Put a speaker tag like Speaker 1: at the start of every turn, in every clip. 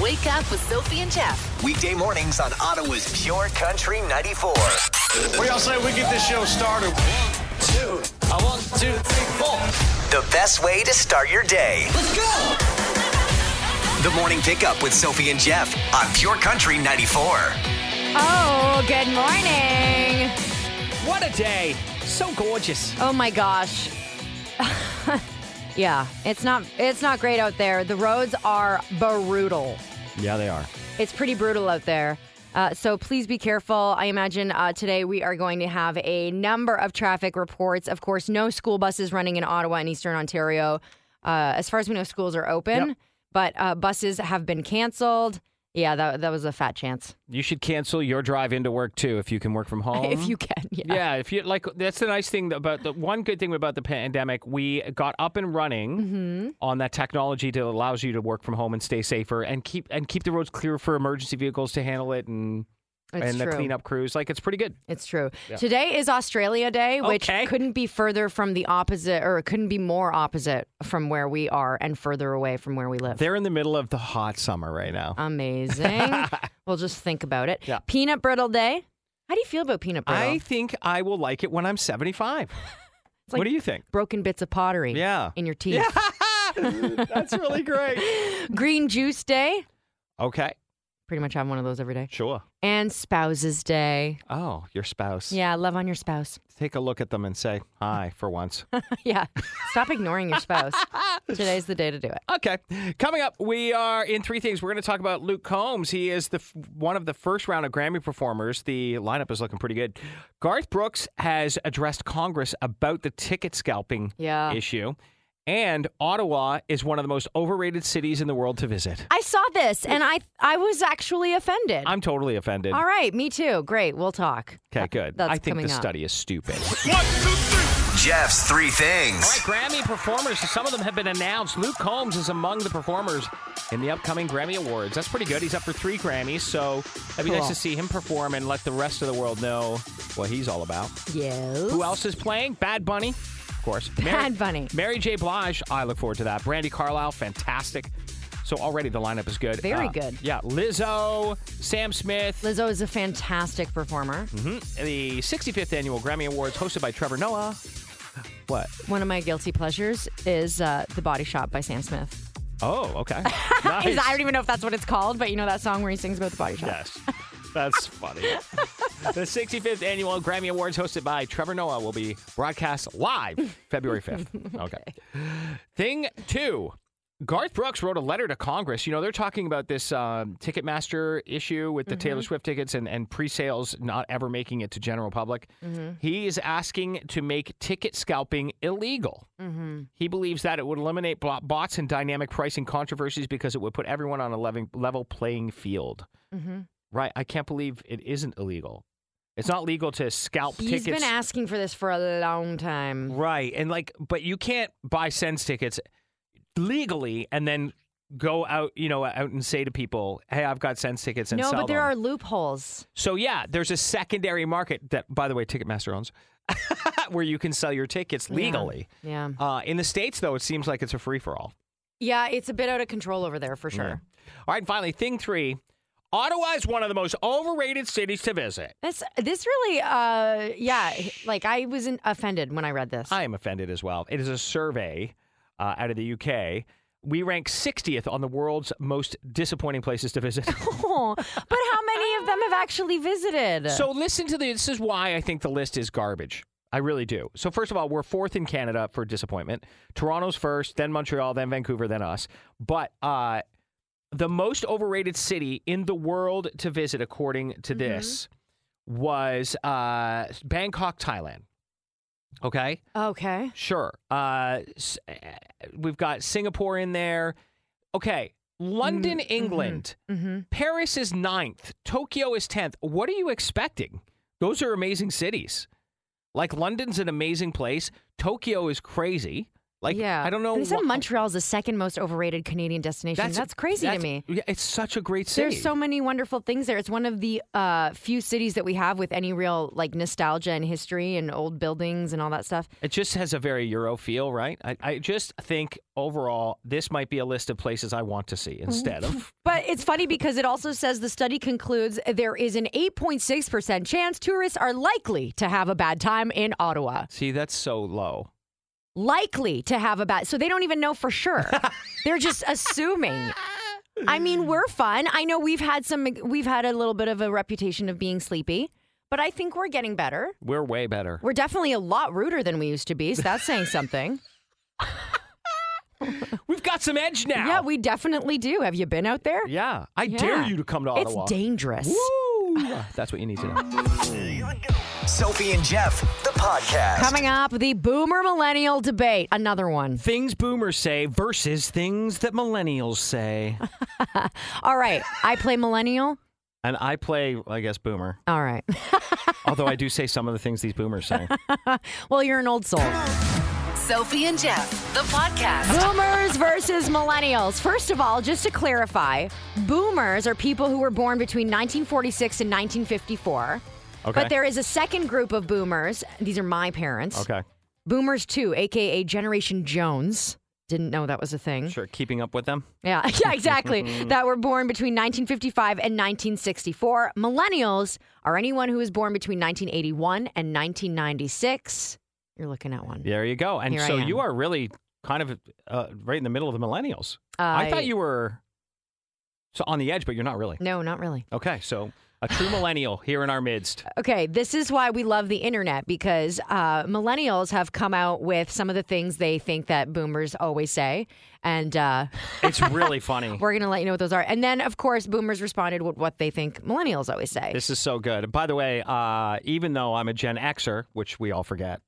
Speaker 1: Wake up with Sophie and Jeff.
Speaker 2: Weekday mornings on Ottawa's Pure Country 94.
Speaker 3: What do y'all say we get this show started? One, two. I want two, three, four.
Speaker 2: The best way to start your day. Let's go! The morning pickup with Sophie and Jeff on Pure Country 94.
Speaker 4: Oh, good morning.
Speaker 5: What a day! So gorgeous.
Speaker 4: Oh my gosh. yeah, it's not it's not great out there. The roads are brutal.
Speaker 5: Yeah, they are.
Speaker 4: It's pretty brutal out there. Uh, so please be careful. I imagine uh, today we are going to have a number of traffic reports. Of course, no school buses running in Ottawa and Eastern Ontario. Uh, as far as we know, schools are open,
Speaker 5: Yep.
Speaker 4: but uh, buses have been canceled. Yeah, that, that was a fat chance.
Speaker 5: You should cancel your drive into work too if you can work from home.
Speaker 4: If you can, yeah.
Speaker 5: Uh-huh. Yeah, if you like, that's the nice thing about the one good thing about the pandemic. We got up and running on that technology that allows you to work from home and stay safer and keep and keep the roads clear for emergency vehicles to handle it and
Speaker 4: It's
Speaker 5: and
Speaker 4: true.
Speaker 5: the cleanup crews. Like it's pretty good.
Speaker 4: It's true. Today is Australia Day, which
Speaker 5: Okay.
Speaker 4: couldn't be further from the opposite, or it couldn't be more opposite from where we are and further away from where we live.
Speaker 5: They're in the middle of the hot summer right now.
Speaker 4: Amazing. we'll just think about it.
Speaker 5: Yeah.
Speaker 4: Peanut brittle day. How do you feel about peanut brittle?
Speaker 5: I think I will like it when I'm
Speaker 4: like-
Speaker 5: 75. what do you think?
Speaker 4: Broken bits of pottery.
Speaker 5: Yeah.
Speaker 4: In your teeth.
Speaker 5: that's really great.
Speaker 4: Green juice day.
Speaker 5: Okay,
Speaker 4: Pretty much have one of those every day.
Speaker 5: sure.
Speaker 4: And spouses day.
Speaker 5: Oh, your spouse.
Speaker 4: Yeah, love on your spouse.
Speaker 5: Take a look at them and say hi for once.
Speaker 4: yeah. Stop ignoring your spouse. Today's the day to do it.
Speaker 5: okay. Coming up, we are in three things. We're going to talk about Luke Combs. He is the f- one of the first round of Grammy performers. The lineup is looking pretty good. Garth Brooks has addressed Congress about the ticket scalping
Speaker 4: Yeah.
Speaker 5: issue. And Ottawa is one of the most overrated cities in the world to visit.
Speaker 4: I saw this and I I was actually offended.
Speaker 5: I'm totally offended.
Speaker 4: All right, me too. Great, we'll talk.
Speaker 5: Okay, good.
Speaker 4: That's
Speaker 5: I think
Speaker 4: coming
Speaker 5: the
Speaker 4: up.
Speaker 5: study is stupid.
Speaker 2: Jeff's three things.
Speaker 5: All right, Grammy performers. Some of them have been announced. Luke Combs is among the performers in the upcoming Grammy Awards. That's pretty good. He's up for three Grammys, so that'd be nice
Speaker 4: Cool.
Speaker 5: to see him perform and let the rest of the world know what he's all about.
Speaker 4: Yes.
Speaker 5: Who else is playing? Bad Bunny, of course.
Speaker 4: Bad Bunny.
Speaker 5: Mary J. Blige. I look forward to that. Brandy Carlisle, fantastic. So already the lineup is good. Uh,
Speaker 4: Very good.
Speaker 5: Yeah, Lizzo, Sam Smith.
Speaker 4: Lizzo is a fantastic performer.
Speaker 5: Mm-hmm. the 65th annual Grammy Awards, hosted by Trevor Noah. What?
Speaker 4: One of my guilty pleasures is uh, The Body Shop by Sam Smith.
Speaker 5: Oh, okay.
Speaker 4: Is-
Speaker 5: Nice.
Speaker 4: I don't even know if that's what it's called, but you know that song where he sings about the body shop.
Speaker 5: Yes. That's funny. the 65th annual Grammy Awards, hosted by Trevor Noah, will be broadcast live February 5th. Okay. Thing two Garth Brooks wrote a letter to Congress. You know, they're talking about this um, Ticketmaster issue with the Taylor Swift tickets and, and pre sales not ever making it to general public. He is asking to make ticket scalping illegal. He believes that it would eliminate blo- bots and dynamic pricing controversies because it would put everyone on a level, level playing field.
Speaker 4: Mm-hmm.
Speaker 5: Right. I can't believe it isn't illegal. It's not legal to scalp
Speaker 4: He's
Speaker 5: tickets.
Speaker 4: been asking for this for a long time.
Speaker 5: right. And like, but you can't buy sense tickets legally and then go out, you know, out and say to people, hey, I've got sense tickets and
Speaker 4: no,
Speaker 5: sell
Speaker 4: but there
Speaker 5: them.
Speaker 4: are loopholes.
Speaker 5: So yeah, there's a secondary market that, by the way, Ticketmaster owns, where you can sell your tickets legally.
Speaker 4: Yeah.
Speaker 5: Uh, in the states, though, it seems like it's a free for all.
Speaker 4: Yeah, it's a bit out of control over there for sure.
Speaker 5: All right, and finally, thing three: Ottawa is one of the most overrated cities to visit.
Speaker 4: This this really uh yeah, like I was in, offended when I read this.
Speaker 5: I am offended as well. It is a survey uh, out of the UK. We rank 60th on the world's most disappointing places to visit.
Speaker 4: Oh, but how many of them have actually visited?
Speaker 5: So listen to the, this is why I think the list is garbage. I really do. So first of all, we're fourth in Canada for disappointment. Toronto's first, then Montreal, then Vancouver, then us. But uh, the most overrated city in the world to visit, according to this, was uh, Bangkok, Thailand. Okay.
Speaker 4: okay.
Speaker 5: Sure. Uh, s- uh, we've got Singapore in there. Okay. London,
Speaker 4: Mm-hmm.
Speaker 5: England. Paris is ninth. Tokyo is 10th. What are you expecting? Those are amazing cities. Like London's an amazing place. Tokyo is crazy. Like,
Speaker 4: Yeah.
Speaker 5: I don't know.
Speaker 4: And they said
Speaker 5: wha-
Speaker 4: Montreal's the second most overrated Canadian destination. That's, crazy
Speaker 5: that's-
Speaker 4: to me.
Speaker 5: Yeah, it's such a great city.
Speaker 4: There's so many wonderful things there. It's one of the uh, few cities that we have with any real like nostalgia and history and old buildings and all that stuff.
Speaker 5: It just has a very Euro feel, right? I, I just think overall, this might be a list of places I want to see instead of.
Speaker 4: But it's funny because it also says the study concludes there is an 8.6% chance tourists are likely to have a bad time in Ottawa.
Speaker 5: See, that's so low.
Speaker 4: Likely to have a bad so they don't even know for sure. They're just assuming. I mean, we're fun. I know we've had some we've had a little bit of a reputation of being sleepy, but I think we're getting better.
Speaker 5: We're way better.
Speaker 4: We're definitely a lot ruder than we used to be, so that's saying something.
Speaker 5: We've got some edge now.
Speaker 4: Yeah, we definitely do. Have you been out there?
Speaker 5: Yeah. I dare
Speaker 4: Yeah.
Speaker 5: you to come to Ottawa.
Speaker 4: It's dangerous.
Speaker 5: Woo! That's what you need to know.
Speaker 2: Sophie and Jeff, the podcast.
Speaker 4: Coming up, the boomer millennial debate. Another one.
Speaker 5: Things boomers say versus things that millennials say.
Speaker 4: All right. I play millennial.
Speaker 5: And I play, I guess, boomer.
Speaker 4: All right.
Speaker 5: Although I do say some of the things these boomers say.
Speaker 4: Well, you're an old soul.
Speaker 1: Sophie and Jeff, the podcast.
Speaker 4: Boomers versus millennials. First of all, just to clarify, boomers are people who were born between 1946 and 1954.
Speaker 5: Okay.
Speaker 4: But there is a second group of boomers. These are my parents.
Speaker 5: Okay.
Speaker 4: Boomers too, aka Generation Jones. Didn't know that was a thing.
Speaker 5: Sure. Keeping up with them.
Speaker 4: Yeah, yeah, exactly. that were born between 1955 and 1964. Millennials are anyone who was born between 1981 and 1996. You're looking at one.
Speaker 5: There you go. And
Speaker 4: Here I
Speaker 5: so
Speaker 4: am.
Speaker 5: you are really kind of uh, right in the middle of the millennials. I thought you were so on the edge, but you're not really.
Speaker 4: No, not really.
Speaker 5: Okay, so a true millennial here in our midst.
Speaker 4: Okay, this is why we love the internet because uh, millennials have come out with some of the things they think that boomers always say, and uh,
Speaker 5: It's really funny.
Speaker 4: we're gonna let you know what those are. And then, of course, boomers responded with what they think millennials always say.
Speaker 5: This is so good. By the way, uh, even though I'm a Gen Xer, which we all forget,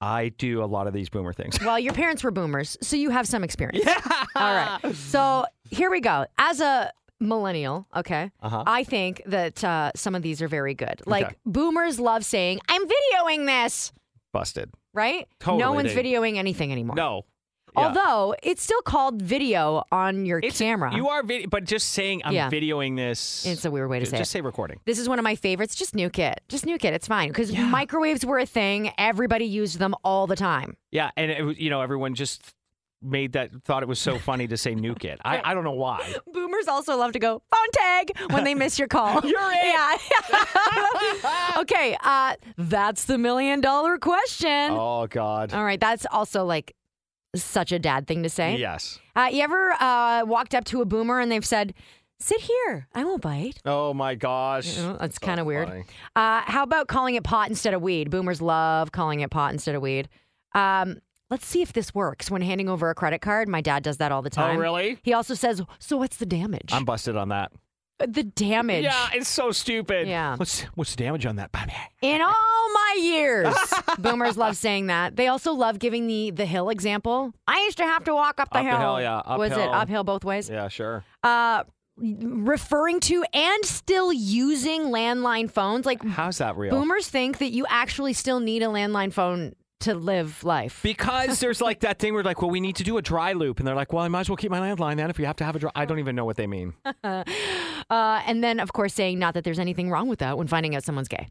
Speaker 5: I do a lot of these boomer things.
Speaker 4: Well, your parents were boomers, so you have some experience. All right. So here we go. As a millennial, okay,
Speaker 5: Uh-huh.
Speaker 4: I think that uh, some of these are very good. Like
Speaker 5: Okay.
Speaker 4: boomers love saying, "I'm videoing this,"
Speaker 5: Busted.
Speaker 4: right? no
Speaker 5: Totally,
Speaker 4: one's
Speaker 5: they-
Speaker 4: videoing anything anymore.
Speaker 5: No. Yeah.
Speaker 4: Although it's still called video on your
Speaker 5: It's-
Speaker 4: camera.
Speaker 5: You are video, but just saying I'm
Speaker 4: Yeah.
Speaker 5: videoing this.
Speaker 4: It's a weird way to
Speaker 5: Ju-
Speaker 4: say
Speaker 5: Just
Speaker 4: it.
Speaker 5: say recording.
Speaker 4: This is one of my favorites. Just nuke it. Just nuke it. It's fine because microwaves were a thing. Everybody used them all the time.
Speaker 5: Yeah, and it, was- you know everyone just made that thought it was so funny to say nuke it. I, I don't know why.
Speaker 4: Boomers also love to go phone tag when they miss your call. You're in. Yeah. okay. Uh, that's the million dollar question.
Speaker 5: Oh God.
Speaker 4: All right. That's also like such a dad thing to say.
Speaker 5: Yes.
Speaker 4: Uh, you ever uh, walked up to a boomer and they've said, "Sit here. I won't bite."
Speaker 5: Oh my gosh.
Speaker 4: You know, that's kind of
Speaker 5: Oh, funny.
Speaker 4: weird. Uh, how about calling it pot instead of weed? Boomers love calling it pot instead of weed. Um, let's see if this works when handing over a credit card. My dad does that all the time.
Speaker 5: Oh, really?
Speaker 4: He also says, "So what's the damage?" Uh,
Speaker 5: I'm busted on that.
Speaker 4: the damage.
Speaker 5: Yeah, it's so stupid.
Speaker 4: Yeah.
Speaker 5: What's what's the damage on that, Bobby?
Speaker 4: In all my years, boomers love saying that. They also love giving the the hill example. I used to have to walk up the
Speaker 5: Up the
Speaker 4: hill.
Speaker 5: hill, yeah,
Speaker 4: Was it
Speaker 5: uphill.
Speaker 4: uphill both ways?
Speaker 5: Yeah, sure.
Speaker 4: Uh, referring to and still using landline phones. Like
Speaker 5: How's that real?
Speaker 4: boomers think that you actually still need a landline phone to live life.
Speaker 5: Because there's like that thing where like, well, we need to do a dry loop, and they're like, well, I might as well keep my landline then if you have to have a dry. I don't even know what they mean.
Speaker 4: Uh, and then, of course, saying not that there's anything wrong with that when finding out someone's gay.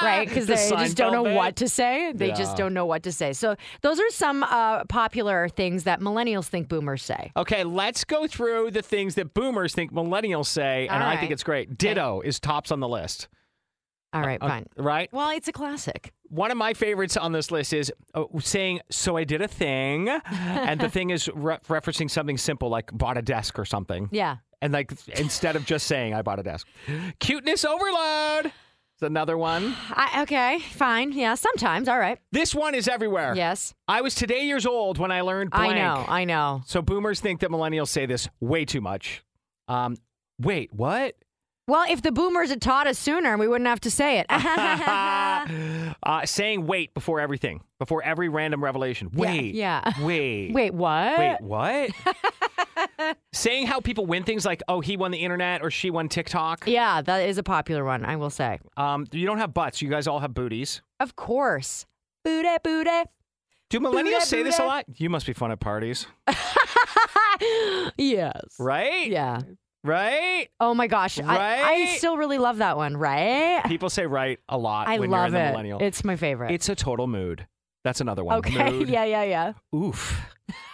Speaker 4: right? Because
Speaker 5: The
Speaker 4: they just don't
Speaker 5: Seinfeld
Speaker 4: know
Speaker 5: bit.
Speaker 4: what to say. They
Speaker 5: Yeah.
Speaker 4: just don't know what to say. So, those are some uh, popular things that millennials think boomers say.
Speaker 5: Okay, let's go through the things that boomers think millennials say, and
Speaker 4: All
Speaker 5: I think
Speaker 4: right.
Speaker 5: it's great. Ditto is tops on the list,
Speaker 4: All
Speaker 5: Uh,
Speaker 4: right, fine.
Speaker 5: right?
Speaker 4: Well, it's a classic.
Speaker 5: One of my favorites on this list is uh, saying, "So I did a thing," and the thing is re- referencing something simple like bought a desk or something.
Speaker 4: Yeah.
Speaker 5: And like instead of just saying I bought a desk, cuteness overload is another one.
Speaker 4: I, okay, fine. Yeah, sometimes. All right.
Speaker 5: This one is everywhere.
Speaker 4: Yes.
Speaker 5: I was today years old when I learned
Speaker 4: I
Speaker 5: blank.
Speaker 4: know. I know.
Speaker 5: So boomers think that millennials say this way too much. Um, wait, what?
Speaker 4: Well, if the boomers had taught us sooner, we wouldn't have to say it.
Speaker 5: uh, saying wait before everything, before every random revelation. Wait.
Speaker 4: yeah.
Speaker 5: Wait.
Speaker 4: Wait, what?
Speaker 5: Wait, what? Saying how people win things like, oh, he won the internet or she won TikTok.
Speaker 4: Yeah, that is a popular one, I will say.
Speaker 5: Um, you don't have butts. You guys all have booties.
Speaker 4: Of course. Booty, booty.
Speaker 5: Do millennials say this a
Speaker 4: blah.
Speaker 5: lot? You must be fun at parties,
Speaker 4: Ah! Yes.
Speaker 5: right?
Speaker 4: Yeah.
Speaker 5: Right?
Speaker 4: Oh my gosh. I, I
Speaker 5: Right?
Speaker 4: still really love that one, right?
Speaker 5: People say right a lot
Speaker 4: I
Speaker 5: when
Speaker 4: love
Speaker 5: you're in the
Speaker 4: it.
Speaker 5: millennial.
Speaker 4: It's my favorite.
Speaker 5: It's a total mood. That's another one.
Speaker 4: okay.
Speaker 5: Mood.
Speaker 4: Yeah, yeah, yeah.
Speaker 5: Oof.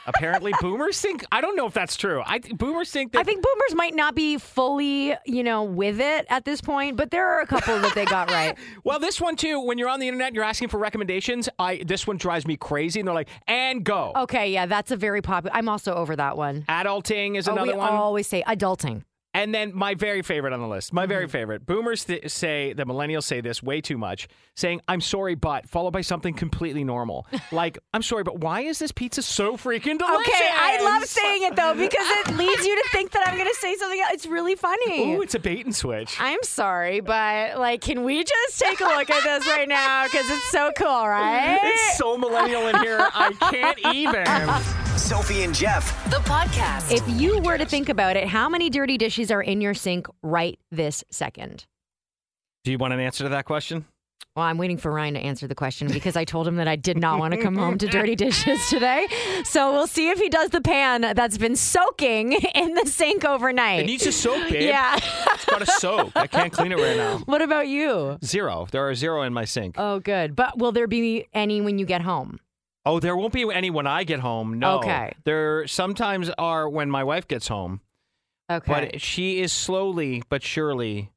Speaker 5: Apparently, boomers think. I don't know if that's true. I boomers think that.
Speaker 4: I think boomers might not be fully, you know, with it at this point, but there are a couple that they got right.
Speaker 5: Well, this one too. When you're on the internet, and you're asking for recommendations. I this one drives me crazy, and they're like, "And go."
Speaker 4: Okay, yeah, that's a very popular. I'm also over that one.
Speaker 5: Adulting is
Speaker 4: Oh,
Speaker 5: another
Speaker 4: we
Speaker 5: one.
Speaker 4: always say adulting.
Speaker 5: And then my very favorite on the list, my
Speaker 4: Mm-hmm.
Speaker 5: very favorite. Boomers th- say the millennials say this way too much, saying "I'm sorry, but" followed by something completely normal, like "I'm sorry, but why is this pizza so freaking delicious?"
Speaker 4: Okay, I love saying it though because it leads you to think that I'm going to say something else. It's really funny.
Speaker 5: Ooh, it's a bait and switch.
Speaker 4: I'm sorry, but like, can we just take a look at this right now? Because it's so cool, right?
Speaker 5: It's so millennial in here. I can't even.
Speaker 2: Sophie and Jeff.
Speaker 1: The podcast.
Speaker 4: if you were to think about it, how many dirty dishes are in your sink right this second?
Speaker 5: Do you want an answer to that question?
Speaker 4: Well, I'm waiting for Ryan to answer the question because I told him that I did not want to come home to dirty dishes today. So we'll see if he does the pan that's been soaking in the sink overnight.
Speaker 5: It needs to soak, babe.
Speaker 4: yeah.
Speaker 5: It's got to soak. I can't clean it right now.
Speaker 4: what about you?
Speaker 5: Zero. There are zero in my sink.
Speaker 4: Oh, good. But will there be any when you get home?
Speaker 5: oh, there won't be any when I get home. No.
Speaker 4: Okay.
Speaker 5: There sometimes are when my wife gets home,
Speaker 4: Okay.
Speaker 5: but she is slowly but surely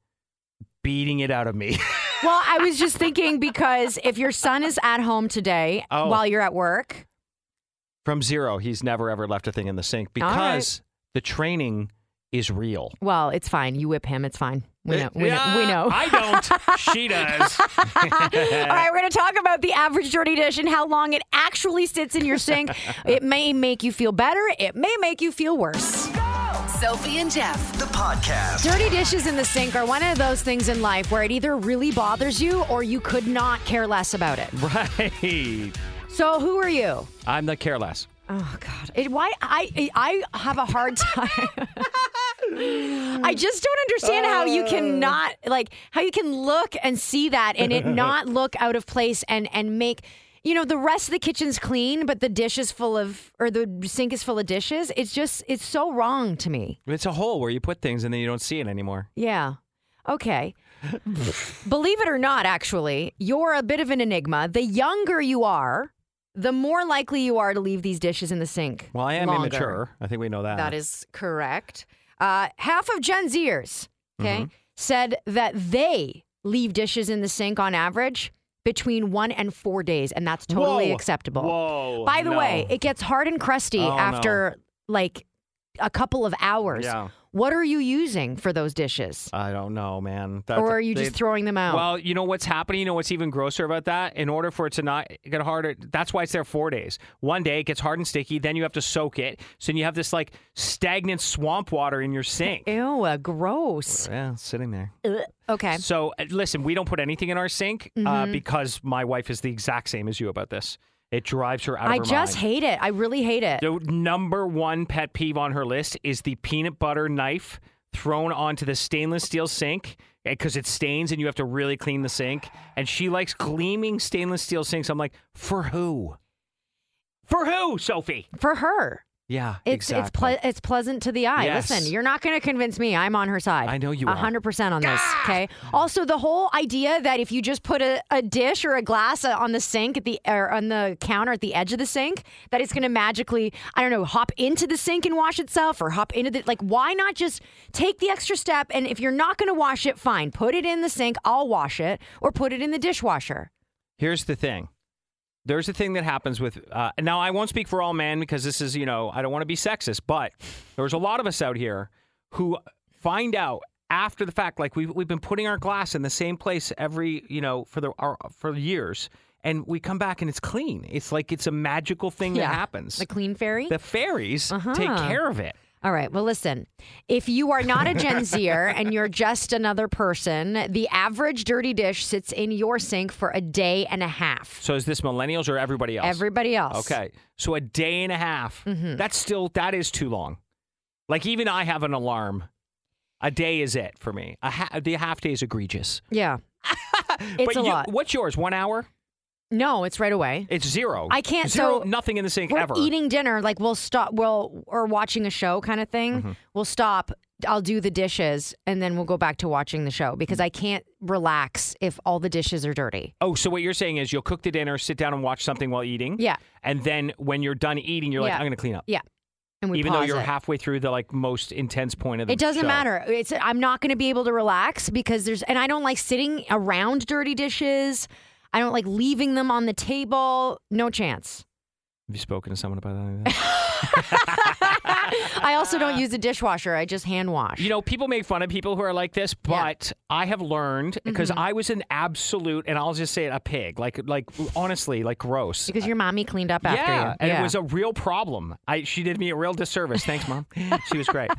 Speaker 5: beating it out of me.
Speaker 4: well, I was just thinking because if your son is at home today
Speaker 5: Oh.
Speaker 4: while you're at work,
Speaker 5: From zero, he's never ever left a thing in the sink
Speaker 4: right.
Speaker 5: because the training is real.
Speaker 4: well, it's fine. You whip him. It's fine. We know. We know. We
Speaker 5: Yeah,
Speaker 4: know.
Speaker 5: I don't. She does.
Speaker 4: All right, we're going to talk about the average dirty dish and how long it actually sits in your sink. it may make you feel better, it may make you feel worse.
Speaker 1: Sophie and Jeff.
Speaker 2: The podcast.
Speaker 4: Dirty dishes in the sink are one of those things in life where it either really bothers you or you could not care less about it.
Speaker 5: right.
Speaker 4: So, who are you?
Speaker 5: I'm the careless.
Speaker 4: Oh God! It, why I I I have a hard time. I just don't understand how you
Speaker 5: Uh.
Speaker 4: cannot like how you can look and see that and it not look out of place and and make you know the rest of the kitchen's clean but the dish is full of or the sink is full of dishes. It's just it's so wrong to me.
Speaker 5: It's a hole where you put things and then you don't see it anymore.
Speaker 4: Yeah. Okay. Believe it or not, actually, you're a bit of an enigma. The younger you are, the more likely you are to leave these dishes in the sink.
Speaker 5: Well, I am
Speaker 4: longer.
Speaker 5: immature. I think we know that.
Speaker 4: That is correct. Uh, half of Gen Zers, okay,
Speaker 5: Mm-hmm.
Speaker 4: said that they leave dishes in the sink on average between one and four days, and that's totally
Speaker 5: Whoa.
Speaker 4: acceptable.
Speaker 5: Whoa.
Speaker 4: By the
Speaker 5: No.
Speaker 4: way, it gets hard and crusty
Speaker 5: Oh, no.
Speaker 4: after like a couple of hours.
Speaker 5: Yeah.
Speaker 4: What are you using for those dishes?
Speaker 5: I don't know, man. That's,
Speaker 4: or are you
Speaker 5: they-
Speaker 4: just throwing them out?
Speaker 5: Well, you know what's happening. You know what's even grosser about that. In order for it to not get harder, that's why it's there four days. One day it gets hard and sticky. Then you have to soak it. So you have this like stagnant swamp water in your sink.
Speaker 4: Ew, uh, gross.
Speaker 5: yeah, it's sitting there.
Speaker 4: Ugh. Okay.
Speaker 5: So uh, listen, we don't put anything in our sink uh,
Speaker 4: Mm-hmm.
Speaker 5: because my wife is the exact same as you about this. It drives her out of
Speaker 4: I
Speaker 5: her
Speaker 4: just
Speaker 5: mind.
Speaker 4: hate it. I really hate it.
Speaker 5: The number one pet peeve on her list is the peanut butter knife thrown onto the stainless steel sink because it stains and you have to really clean the sink. And she likes gleaming stainless steel sinks. I'm like, for who? For who, Sophie?
Speaker 4: For her.
Speaker 5: Yeah,
Speaker 4: It's it's
Speaker 5: exactly.
Speaker 4: ple- it's pleasant to the eye.
Speaker 5: Yes.
Speaker 4: Listen, you're not going to convince me. I'm on her side.
Speaker 5: I know you are.
Speaker 4: 100% on this, okay? Also, the whole idea that if you just put a, a dish or a glass uh, on the sink at the or on the counter at the edge of the sink, that it's going to magically, I don't know, hop into the sink and wash itself or hop into the like why not just take the extra step and if you're not going to wash it, fine. Put it in the sink, I'll wash it or put it in the dishwasher.
Speaker 5: Here's the thing. There's a thing that happens with uh, now. I won't speak for all men because this is you know I don't want to be sexist, but there's a lot of us out here who find out after the fact, like we've we've been putting our glass in the same place every you know for the our, for years, and we come back and it's clean. It's like it's a magical thing
Speaker 4: Yeah.
Speaker 5: that happens.
Speaker 4: The clean fairy?
Speaker 5: the fairies take
Speaker 4: Uh-huh.
Speaker 5: care of it.
Speaker 4: All right. Well, listen, if you are not a Gen Zer and you're just another person, the average dirty dish sits in your sink for a day and a half.
Speaker 5: So is this millennials or everybody else?
Speaker 4: Everybody else.
Speaker 5: Okay. So a day and a half.
Speaker 4: Mm-hmm.
Speaker 5: That's still that is too long. Like even I have an alarm. A day is it for me. A ha- the half day is egregious.
Speaker 4: Yeah. it's
Speaker 5: but
Speaker 4: a
Speaker 5: you,
Speaker 4: lot.
Speaker 5: What's yours? One hour?
Speaker 4: No, it's right away.
Speaker 5: It's zero.
Speaker 4: I can't-
Speaker 5: Zero,
Speaker 4: so
Speaker 5: nothing in the sink
Speaker 4: We're
Speaker 5: ever.
Speaker 4: eating dinner, like we'll stop, we'll or watching a show kind of thing.
Speaker 5: Mm-hmm.
Speaker 4: We'll stop. I'll do the dishes, and then we'll go back to watching the show
Speaker 5: Mm.
Speaker 4: because I can't relax if all the dishes are dirty.
Speaker 5: Oh, so what you're saying is you'll cook the dinner, sit down and watch something while eating.
Speaker 4: Yeah.
Speaker 5: And then when you're done eating, you're
Speaker 4: Yeah.
Speaker 5: like, I'm going to clean up.
Speaker 4: Yeah, and we
Speaker 5: Even though
Speaker 4: pause
Speaker 5: you're
Speaker 4: it.
Speaker 5: halfway through the like most intense point of the
Speaker 4: It doesn't
Speaker 5: show.
Speaker 4: matter. It's I'm not going to be able to relax because there's and I don't like sitting around dirty dishes. I don't like leaving them on the table. No chance.
Speaker 5: Have you spoken to someone about that?
Speaker 4: I also don't use a dishwasher. I just hand wash.
Speaker 5: Uh. you know, people make fun of people who are like this, but I have learned because
Speaker 4: Mm-hmm.
Speaker 5: I was an absolute, and I'll just say it, a pig. Like, like honestly, like gross.
Speaker 4: because your mommy cleaned up after
Speaker 5: yeah,
Speaker 4: you.
Speaker 5: and it was a real problem. I she did me a real disservice. Thanks, mom. she was great.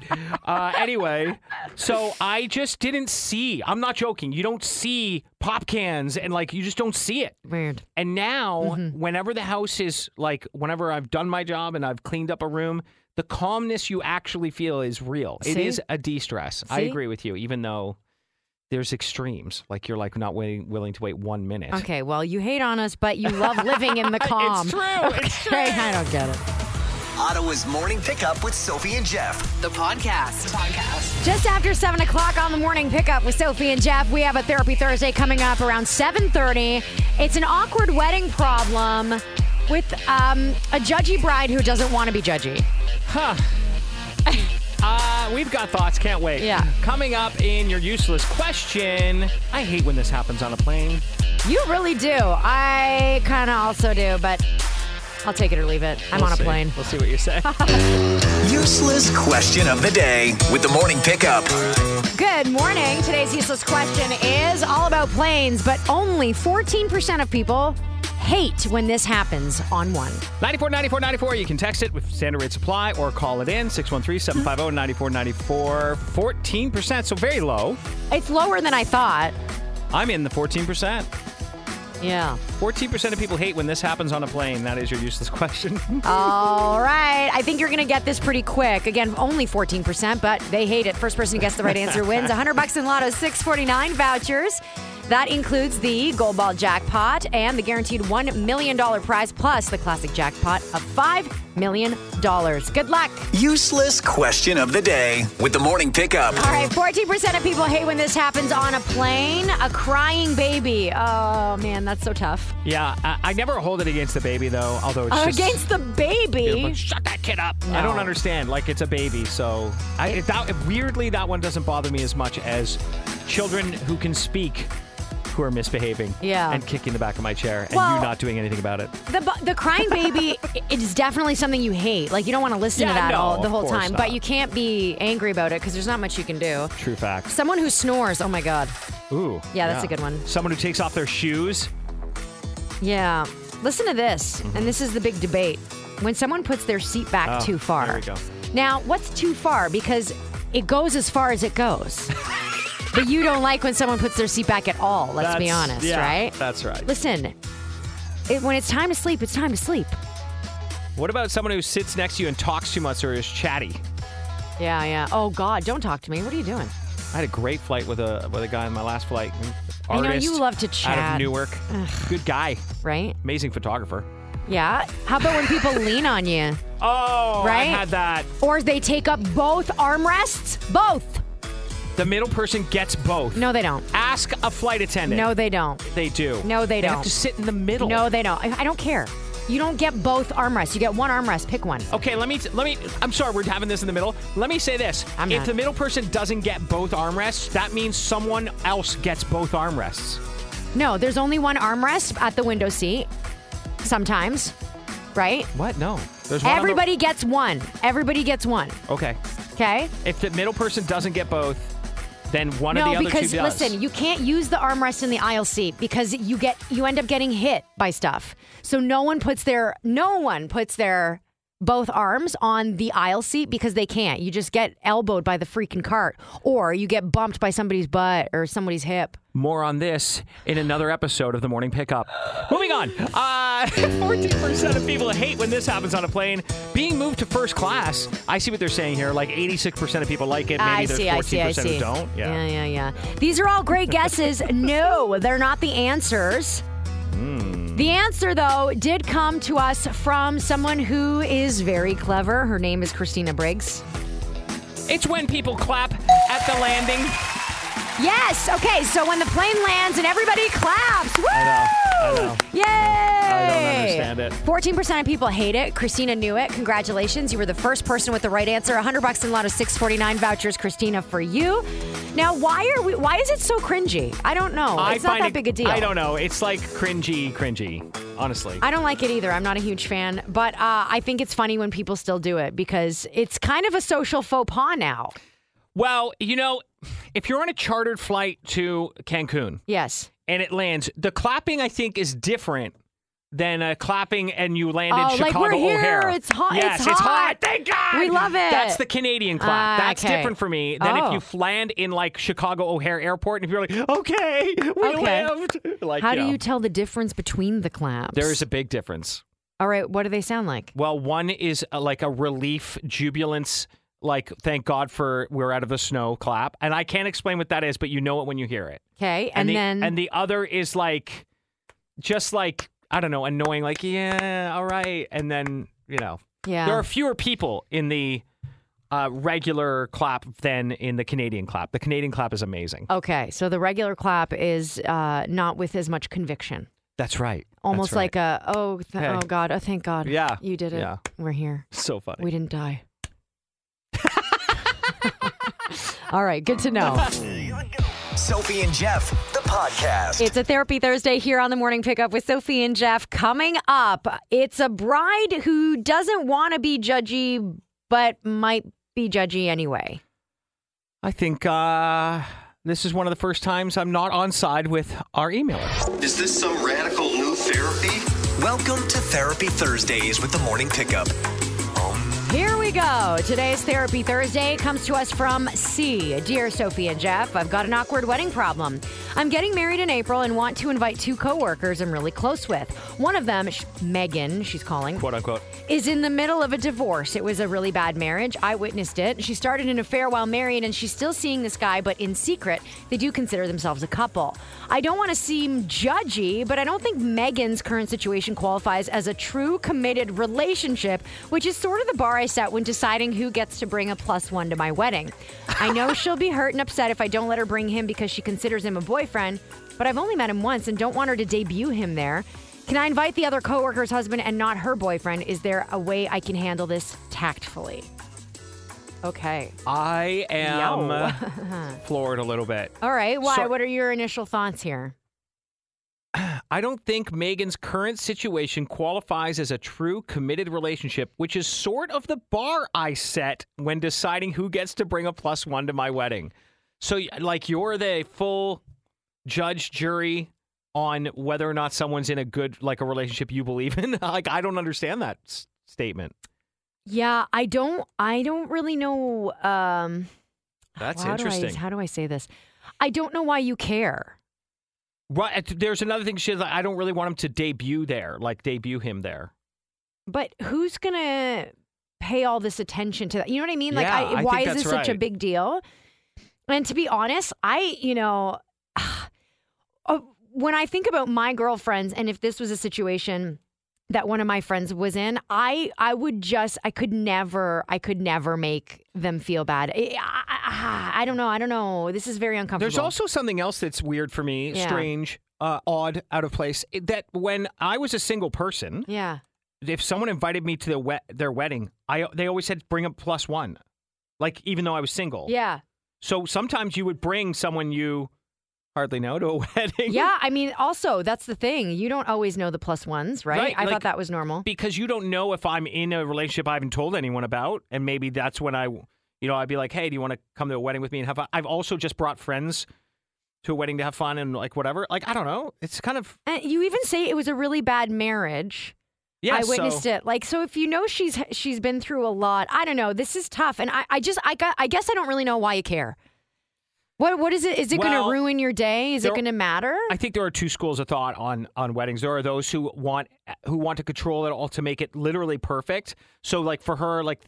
Speaker 5: Uh, anyway, so I just didn't see. I'm not joking. You don't see pop cans, and like you just don't see it.
Speaker 4: weird.
Speaker 5: And now,
Speaker 4: Mm-hmm.
Speaker 5: whenever the house is like, whenever I've done my job and I've cleaned up a room, the calmness you actually feel is real. It
Speaker 4: See?
Speaker 5: is a de stress. I
Speaker 4: See?
Speaker 5: agree with you, even though there's extremes. Like you're like not willing, willing to wait one minute.
Speaker 4: Okay, well, you hate on us, but you love living in the calm.
Speaker 5: It's true. It's true.
Speaker 4: Okay, I don't get it.
Speaker 2: Ottawa's morning pickup with Sophie and Jeff.
Speaker 1: The podcast. Podcast.
Speaker 4: Just after seven o'clock on the morning pickup with Sophie and Jeff, we have a therapy Thursday coming up around seven thirty. It's an awkward wedding problem with um, a judgy bride who doesn't want to be judgy.
Speaker 5: Uh, we've got thoughts. Can't wait.
Speaker 4: Yeah.
Speaker 5: Coming up in your useless question. I hate when this happens on a plane.
Speaker 4: You really do. I kind of also do, but I'll take it or leave it. I'm
Speaker 5: We'll
Speaker 4: on a
Speaker 5: see.
Speaker 4: plane.
Speaker 5: We'll see what you say.
Speaker 2: Useless question of the day with the morning pickup.
Speaker 4: Good morning. Today's useless question is all about planes, but only 14% of people hate when this happens on one.
Speaker 5: 94 94 94. You can text it with standard rate supply or call it in 613 750 9494. 14%, so very low.
Speaker 4: It's lower than I thought.
Speaker 5: I'm in the 14%.
Speaker 4: Yeah.
Speaker 5: 14% of people hate when this happens on a plane. That is your useless question.
Speaker 4: All right. I think you're going to get this pretty quick. Again, only 14%, but they hate it. First person to guess the right answer wins 100 bucks in Lotto 649 vouchers. That includes the Gold Ball jackpot and the guaranteed $1 million prize, plus the classic jackpot of $5 million. Good luck.
Speaker 2: Useless question of the day with the morning pickup.
Speaker 4: All right, 14% of people hate when this happens on a plane. A crying baby. Oh, man, that's so tough.
Speaker 5: yeah, I, I never hold it against the baby, though, although it's just.
Speaker 4: Oh, Against the
Speaker 5: Yeah,
Speaker 4: baby.
Speaker 5: but shut that kid up. I don't
Speaker 4: No.
Speaker 5: understand. Like it's a baby, so I, it, that, weirdly that one doesn't bother me as much as children who can speak who are misbehaving
Speaker 4: Yeah.
Speaker 5: and kicking the back of my chair and
Speaker 4: Well-
Speaker 5: you not doing anything about it.
Speaker 4: The, bu- the crying baby i- is definitely something you hate. Like, you don't want to listen
Speaker 5: Yeah,
Speaker 4: to that
Speaker 5: no,
Speaker 4: all, the
Speaker 5: of
Speaker 4: whole
Speaker 5: course
Speaker 4: time,
Speaker 5: not.
Speaker 4: but you can't be angry about it because there's not much you can do.
Speaker 5: True facts.
Speaker 4: Someone who snores. Oh, my God.
Speaker 5: Ooh.
Speaker 4: Yeah, that's a good one.
Speaker 5: Someone who takes off their shoes.
Speaker 4: Yeah. Listen to this, and this is the big debate. When someone puts their seat back
Speaker 5: Mm-hmm. Oh,
Speaker 4: too far.
Speaker 5: there we go.
Speaker 4: Now, what's too far? Because it goes as far as it goes. but you don't like when someone puts their seat back at all, let's be
Speaker 5: That's-
Speaker 4: honest,
Speaker 5: yeah,
Speaker 4: right?
Speaker 5: That's right.
Speaker 4: Listen, it, when it's time to sleep, it's time to sleep.
Speaker 5: What about someone who sits next to you and talks too much or is chatty?
Speaker 4: Yeah, yeah. Oh, God, don't talk to me. What are you doing?
Speaker 5: I had a great flight with a with a guy on my last flight.
Speaker 4: I know,
Speaker 5: Artist
Speaker 4: you love to
Speaker 5: Out of
Speaker 4: chat.
Speaker 5: Newark. Good guy.
Speaker 4: Right?
Speaker 5: Amazing photographer.
Speaker 4: Yeah. How about when people lean on you?
Speaker 5: Oh, I
Speaker 4: Right?
Speaker 5: had that.
Speaker 4: Or they take up both armrests? Both.
Speaker 5: The middle person gets both.
Speaker 4: No, they don't.
Speaker 5: Ask a flight attendant.
Speaker 4: No, they don't.
Speaker 5: they do.
Speaker 4: No, they
Speaker 5: Have
Speaker 4: don't.
Speaker 5: to sit in the middle.
Speaker 4: No, they don't. I, I don't care. You don't get both armrests. You get one armrest. Pick one.
Speaker 5: Okay, let me t- let me. I'm sorry, we're having this in the middle. Let me say this:
Speaker 4: I'm
Speaker 5: if
Speaker 4: not.
Speaker 5: the middle person doesn't get both armrests, that means someone else gets both armrests.
Speaker 4: No, there's only one armrest at the window seat sometimes, right?
Speaker 5: What? No. There's one on the-
Speaker 4: Everybody gets one. Everybody gets one.
Speaker 5: okay.
Speaker 4: Okay?
Speaker 5: If the middle person doesn't get both, then one of
Speaker 4: no,
Speaker 5: the other
Speaker 4: because
Speaker 5: two does.
Speaker 4: listen, you can't use the armrest in the aisle seat because you get you end up getting hit by stuff. So no one puts their no one puts their both arms on the aisle seat because they can't. You just get elbowed by the freaking cart or you get bumped by somebody's butt or somebody's hip.
Speaker 5: More on this in another episode of the Morning Pickup. Moving on. Uh, 14% of people hate when this happens on a plane. Being moved to first class. I see what they're saying here. Like 86% of people like it. Maybe
Speaker 4: I
Speaker 5: there's
Speaker 4: see,
Speaker 5: 14%
Speaker 4: I see, I see.
Speaker 5: who don't.
Speaker 4: yeah, yeah,
Speaker 5: Hmm.
Speaker 4: yeah. These are all great guesses. no, they're not the answers. The answer, though, did come to us from someone who is very clever. Her name is Christina Briggs.
Speaker 5: It's when people clap at the landing.
Speaker 4: Yes. Okay. So when the plane lands and everybody claps, woo!
Speaker 5: know, I know.
Speaker 4: Yay!
Speaker 5: I don't understand it.
Speaker 4: 14% of people hate it. Christina knew it. Congratulations. You were the first person with the right answer. 100 bucks in a lot of 649 vouchers, Christina, for you. Now, why are we why is it so cringy? I don't know. it's not
Speaker 5: find
Speaker 4: that
Speaker 5: it-
Speaker 4: big a deal.
Speaker 5: I don't know. It's like cringy, cringy. Honestly,
Speaker 4: I don't like it either. I'm not a huge fan, but uh, I think it's funny when people still do it because it's kind of a social faux pas now.
Speaker 5: Well, you know, if you're on a chartered flight to Cancun
Speaker 4: Yes.
Speaker 5: and it lands, the clapping I think is different than uh, clapping and you land
Speaker 4: Oh,
Speaker 5: in
Speaker 4: like,
Speaker 5: Chicago
Speaker 4: we're here,
Speaker 5: O'Hare.
Speaker 4: it's hot-
Speaker 5: Yes,
Speaker 4: it's
Speaker 5: it's hot.
Speaker 4: hot.
Speaker 5: Thank God.
Speaker 4: We love it.
Speaker 5: That's the Canadian clap.
Speaker 4: Ah,
Speaker 5: That's
Speaker 4: okay.
Speaker 5: different for me than
Speaker 4: Oh.
Speaker 5: if you land in like Chicago O'Hare Airport and if you're like, okay, we
Speaker 4: Okay.
Speaker 5: lived. Like,
Speaker 4: How do
Speaker 5: know,
Speaker 4: you tell the difference between the claps?
Speaker 5: There is a big difference.
Speaker 4: All right, what do they sound like?
Speaker 5: Well, one is uh, like a relief, jubilance, like thank God for we're out of the snow clap, and I can't explain what that is, but you know it when you hear it.
Speaker 4: Okay, and,
Speaker 5: the,
Speaker 4: then
Speaker 5: and the other is like, just like I don't know, annoying, like yeah, all right, and then you know
Speaker 4: yeah,
Speaker 5: there are fewer people in the uh, regular clap than in the Canadian clap. The Canadian clap is amazing.
Speaker 4: okay. So the regular clap is uh, not with as much conviction,
Speaker 5: That's right.
Speaker 4: almost like a oh th-
Speaker 5: Hey.
Speaker 4: oh god, oh thank God,
Speaker 5: Yeah,
Speaker 4: you did it.
Speaker 5: yeah.
Speaker 4: We're here.
Speaker 5: so funny.
Speaker 4: We didn't die. All right, good to know.
Speaker 2: Sophie and Jeff, the podcast.
Speaker 4: It's a Therapy Thursday here on the Morning Pickup with Sophie and Jeff. Coming up, it's a bride who doesn't want to be judgy, but might be judgy anyway.
Speaker 5: I think uh, this is one of the first times I'm not on side with our emailer.
Speaker 6: Is this some radical new therapy?
Speaker 2: Welcome to Therapy Thursdays with the Morning Pickup.
Speaker 4: Here we go. Today's Therapy Thursday comes to us from C. Dear Sophie and Jeff, I've got an awkward wedding problem. I'm getting married in April and want to invite two coworkers I'm really close with. One of them, sh- Megan, she's calling,
Speaker 5: Quote unquote.
Speaker 4: is in the middle of a divorce. It was a really bad marriage. I witnessed it. She started an affair while married, and she's still seeing this guy, but in secret, they do consider themselves a couple. I don't want to seem judgy, but I don't think Megan's current situation qualifies as a true committed relationship, which is sort of the bar I set when deciding who gets to bring a plus one to my wedding. I know she'll be hurt and upset if I don't let her bring him because she considers him a boyfriend, but I've only met him once and don't want her to debut him there. Can I invite the other coworker's husband and not her boyfriend? Is there a way I can handle this tactfully? Okay.
Speaker 5: I am
Speaker 4: Yo.
Speaker 5: uh, floored a little bit.
Speaker 4: All right. Why?
Speaker 5: So-
Speaker 4: what are your initial thoughts here?
Speaker 5: I don't think Megan's current situation qualifies as a true committed relationship, which is sort of the bar I set when deciding who gets to bring a plus one to my wedding. So, y- like, you're the full judge jury on whether or not someone's in a good, like, a relationship you believe in. like, I don't understand that s- statement.
Speaker 4: Yeah, I don't. I don't really know. Um,
Speaker 5: That's
Speaker 4: how Do
Speaker 5: interesting.
Speaker 4: I, how do I say this? I don't know why you care.
Speaker 5: Right. and There's another thing. She's like, I don't really want him to debut there, like debut him there.
Speaker 4: But who's gonna pay all this attention to that? You know what I mean? Like,
Speaker 5: Yeah, I think
Speaker 4: why is
Speaker 5: that's
Speaker 4: this such a
Speaker 5: right.
Speaker 4: big deal? And to be honest, I, you know, uh, when I think about my girlfriends, and if this was a situation that one of my friends was in, I, I would just, I could never, I could never make them feel bad. I, I, I don't know, I don't know. This is very uncomfortable.
Speaker 5: There's also something else that's weird for me,
Speaker 4: Yeah.
Speaker 5: strange, uh, odd, out of place. it- That when I was a single person,
Speaker 4: yeah.
Speaker 5: if someone invited me to their we- their wedding, I they always said bring a plus one, like even though I was single.
Speaker 4: Yeah.
Speaker 5: So sometimes you would bring someone you hardly know to a wedding.
Speaker 4: Yeah. I mean, also, that's the thing. You don't always know the plus ones, right?
Speaker 5: Right,
Speaker 4: I
Speaker 5: like-
Speaker 4: thought that was normal.
Speaker 5: because you don't know if I'm in a relationship I haven't told anyone about, and maybe that's when I, you know, I'd be like, hey, do you want to come to a wedding with me and have fun? I've also just brought friends to a wedding to have fun and like whatever. Like I don't know, it's kind of
Speaker 4: And you even say it was a really bad marriage.
Speaker 5: yeah.
Speaker 4: I witnessed it. Like so if you know she's she's been through a lot, I don't know. This is tough. And I, I just I got I guess I don't really know why you care. What what is it? Is it
Speaker 5: Well,
Speaker 4: gonna ruin your day? Is
Speaker 5: there-
Speaker 4: it gonna matter?
Speaker 5: I think there are two schools of thought on on weddings. There are those who want who want to control it all to make it literally perfect. So like for her, like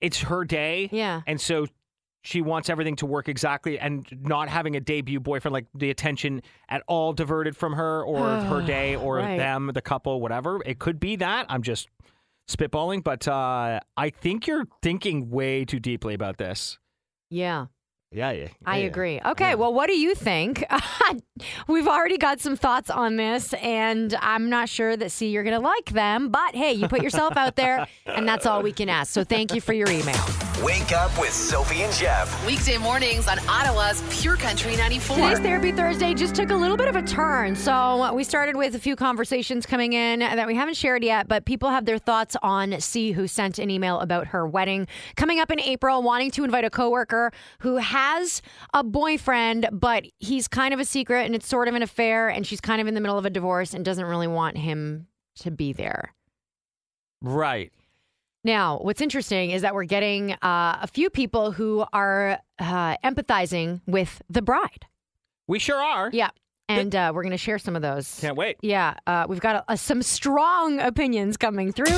Speaker 5: it's her day.
Speaker 4: Yeah.
Speaker 5: And so she wants everything to work exactly and not having a debut boyfriend like the attention at all diverted from her or her day or
Speaker 4: Right.
Speaker 5: them the couple whatever it could be that i'm just spitballing but uh, i think you're thinking way too deeply about this
Speaker 4: Yeah.
Speaker 5: yeah, yeah
Speaker 4: I
Speaker 5: yeah.
Speaker 4: agree. Okay, well, what do you think? We've already got some thoughts on this, and I'm not sure that, see, you're going to like them, but hey, you put yourself out there, and that's all we can ask. So thank you for your email.
Speaker 2: Wake up with Sophie and Jeff.
Speaker 1: Weekday mornings on Ottawa's Pure Country 94.
Speaker 4: Today's Therapy Thursday just took a little bit of a turn. So we started with a few conversations coming in that we haven't shared yet, but people have their thoughts on C, who sent an email about her wedding coming up in April, wanting to invite a coworker who has a boyfriend, but he's kind of a secret and it's sort of an affair, and she's kind of in the middle of a divorce and doesn't really want him to be there.
Speaker 5: right
Speaker 4: Now, what's interesting is that we're getting uh, a few people who are uh, empathizing with the bride.
Speaker 5: we sure are
Speaker 4: Yeah. And uh, we're going to share some of those.
Speaker 5: can't wait
Speaker 4: Yeah. Uh, we've got uh, some strong opinions coming through.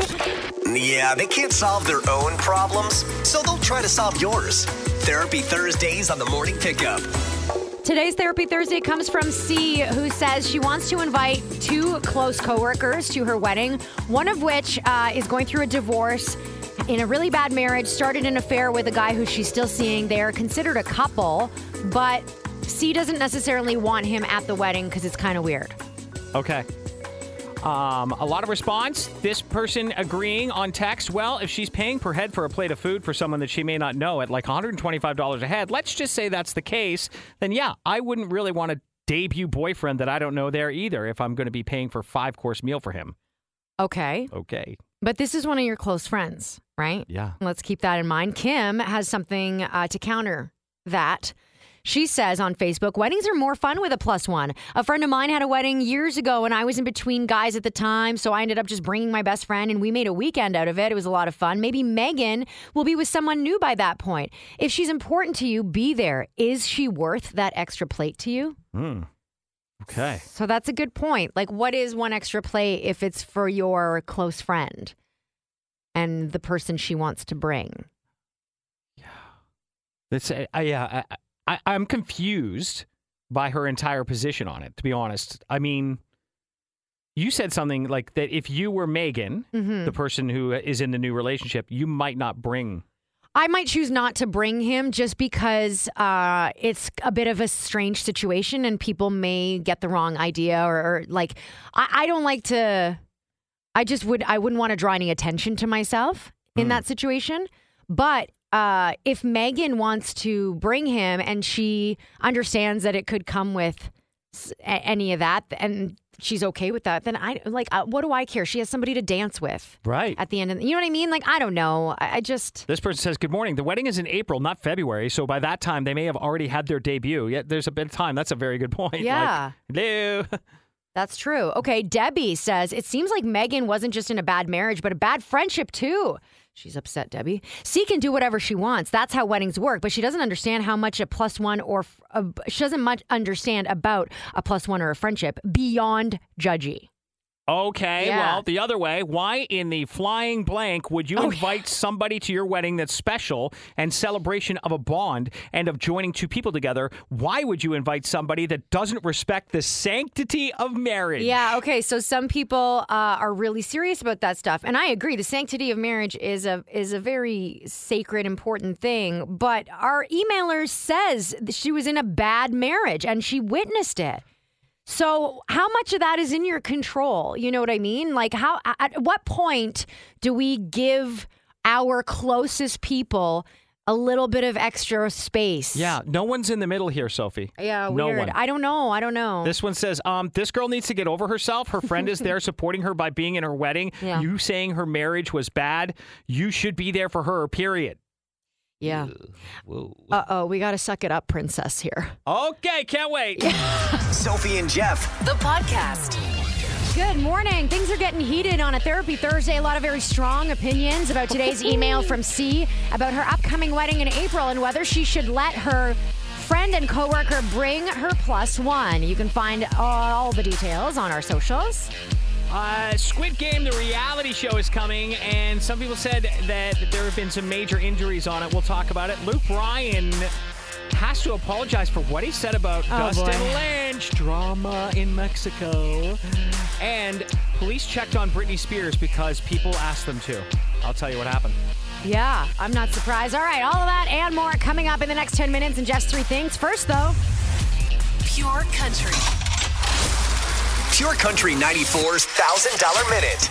Speaker 2: Yeah, they can't solve their own problems, so they'll try to solve yours. Therapy Thursdays on the morning pickup.
Speaker 4: Today's Therapy Thursday comes from C, who says she wants to invite two close coworkers to her wedding, one of which uh, is going through a divorce. In a really bad marriage, started an affair with a guy who she's still seeing. They are considered a couple, but C doesn't necessarily want him at the wedding because it's kind of weird.
Speaker 5: Okay. Um, a lot of response. This person agreeing on text. Well, if she's paying per head for a plate of food for someone that she may not know at like $125 a head, let's just say that's the case, then yeah, I wouldn't really want a debut boyfriend that I don't know there either if I'm going to be paying for five course meal for him.
Speaker 4: Okay.
Speaker 5: Okay.
Speaker 4: But this is one of your close friends, right?
Speaker 5: Yeah.
Speaker 4: Let's keep that in mind. Kim has something uh, to counter that. She says on Facebook, weddings are more fun with a plus one. A friend of mine had a wedding years ago, and I was in between guys at the time, so I ended up just bringing my best friend, and we made a weekend out of it. It was a lot of fun. Maybe Megan will be with someone new by that point. If she's important to you, be there. Is she worth that extra plate to you?
Speaker 5: Hmm. Okay.
Speaker 4: So that's a good point. Like, what is one extra plate if it's for your close friend and the person she wants to bring?
Speaker 5: That's uh, I, yeah. I, I, I'm confused by her entire position on it. To be honest, I mean, you said something like that. If you were Megan,
Speaker 4: Mm-hmm.
Speaker 5: the person who is in the new relationship, you might not bring.
Speaker 4: I might choose not to bring him just because uh, it's a bit of a strange situation and people may get the wrong idea or, or like, I, I don't like to, I just would, I wouldn't want to draw any attention to myself in that situation. But uh, if Megan wants to bring him and she understands that it could come with s- a- any of that and she's okay with that, then I like, uh, what do I care? She has somebody to dance with
Speaker 5: Right.
Speaker 4: at the end of the, you know what I mean? Like, I don't know. I, I just,
Speaker 5: This person says, "Good morning. The wedding is in April, not February. So by that time, they may have already had their debut. Yet there's a bit of time. That's a very good point. Like,
Speaker 4: Yeah.
Speaker 5: hello.
Speaker 4: That's true. Okay, Debbie says it seems like Megan wasn't just in a bad marriage, but a bad friendship too. She's upset, Debbie. She can do whatever she wants. That's how weddings work, but she doesn't understand how much a plus one or f- a, she doesn't much understand about a plus one or a friendship beyond judgy.
Speaker 5: Okay,
Speaker 4: Yeah.
Speaker 5: well, the other way. Why in the flying blank would
Speaker 4: Oh,
Speaker 5: you invite somebody to your wedding that's special and celebration of a bond and of joining two people together? Why would you invite somebody that doesn't respect the sanctity of marriage?
Speaker 4: Yeah, okay. So some people uh, are really serious about that stuff, and I agree. The sanctity of marriage is a is a very sacred, important thing. But our emailer says that she was in a bad marriage and she witnessed it. So how much of that is in your control? You know what I mean? Like how at what point do we give our closest people a little bit of extra space?
Speaker 5: Yeah, no one's in the middle here, Sophie.
Speaker 4: Yeah,
Speaker 5: no
Speaker 4: weird.
Speaker 5: one.
Speaker 4: I don't know. I don't know.
Speaker 5: This one says, um, this girl needs to get over herself. Her friend is there supporting her by being in her wedding.
Speaker 4: Yeah.
Speaker 5: You saying her marriage was bad. You should be there for her, period.
Speaker 4: yeah. Uh oh, we got to suck it up, princess here.
Speaker 5: Okay, can't wait.
Speaker 2: Sophie and Jeff.
Speaker 1: The podcast.
Speaker 4: Good morning. Things are getting heated on a Therapy Thursday. A lot of very strong opinions about today's email from C about her upcoming wedding in April and whether she should let her friend and coworker bring her plus one. You can find all the details on our socials.
Speaker 5: Uh, Squid Game, the reality show, is coming, and some people said that there have been some major injuries on it. We'll talk about it. Luke Bryan has to apologize for what he said about Dustin
Speaker 4: boy.
Speaker 5: Lynch drama in Mexico. And police checked on Britney Spears because people asked them to. I'll tell you what happened.
Speaker 4: Yeah, I'm not surprised. All right, all of that and more coming up in the next 10 minutes in just three things. First, though,
Speaker 1: Pure country.
Speaker 2: Pure Country 94's $1,000 minute.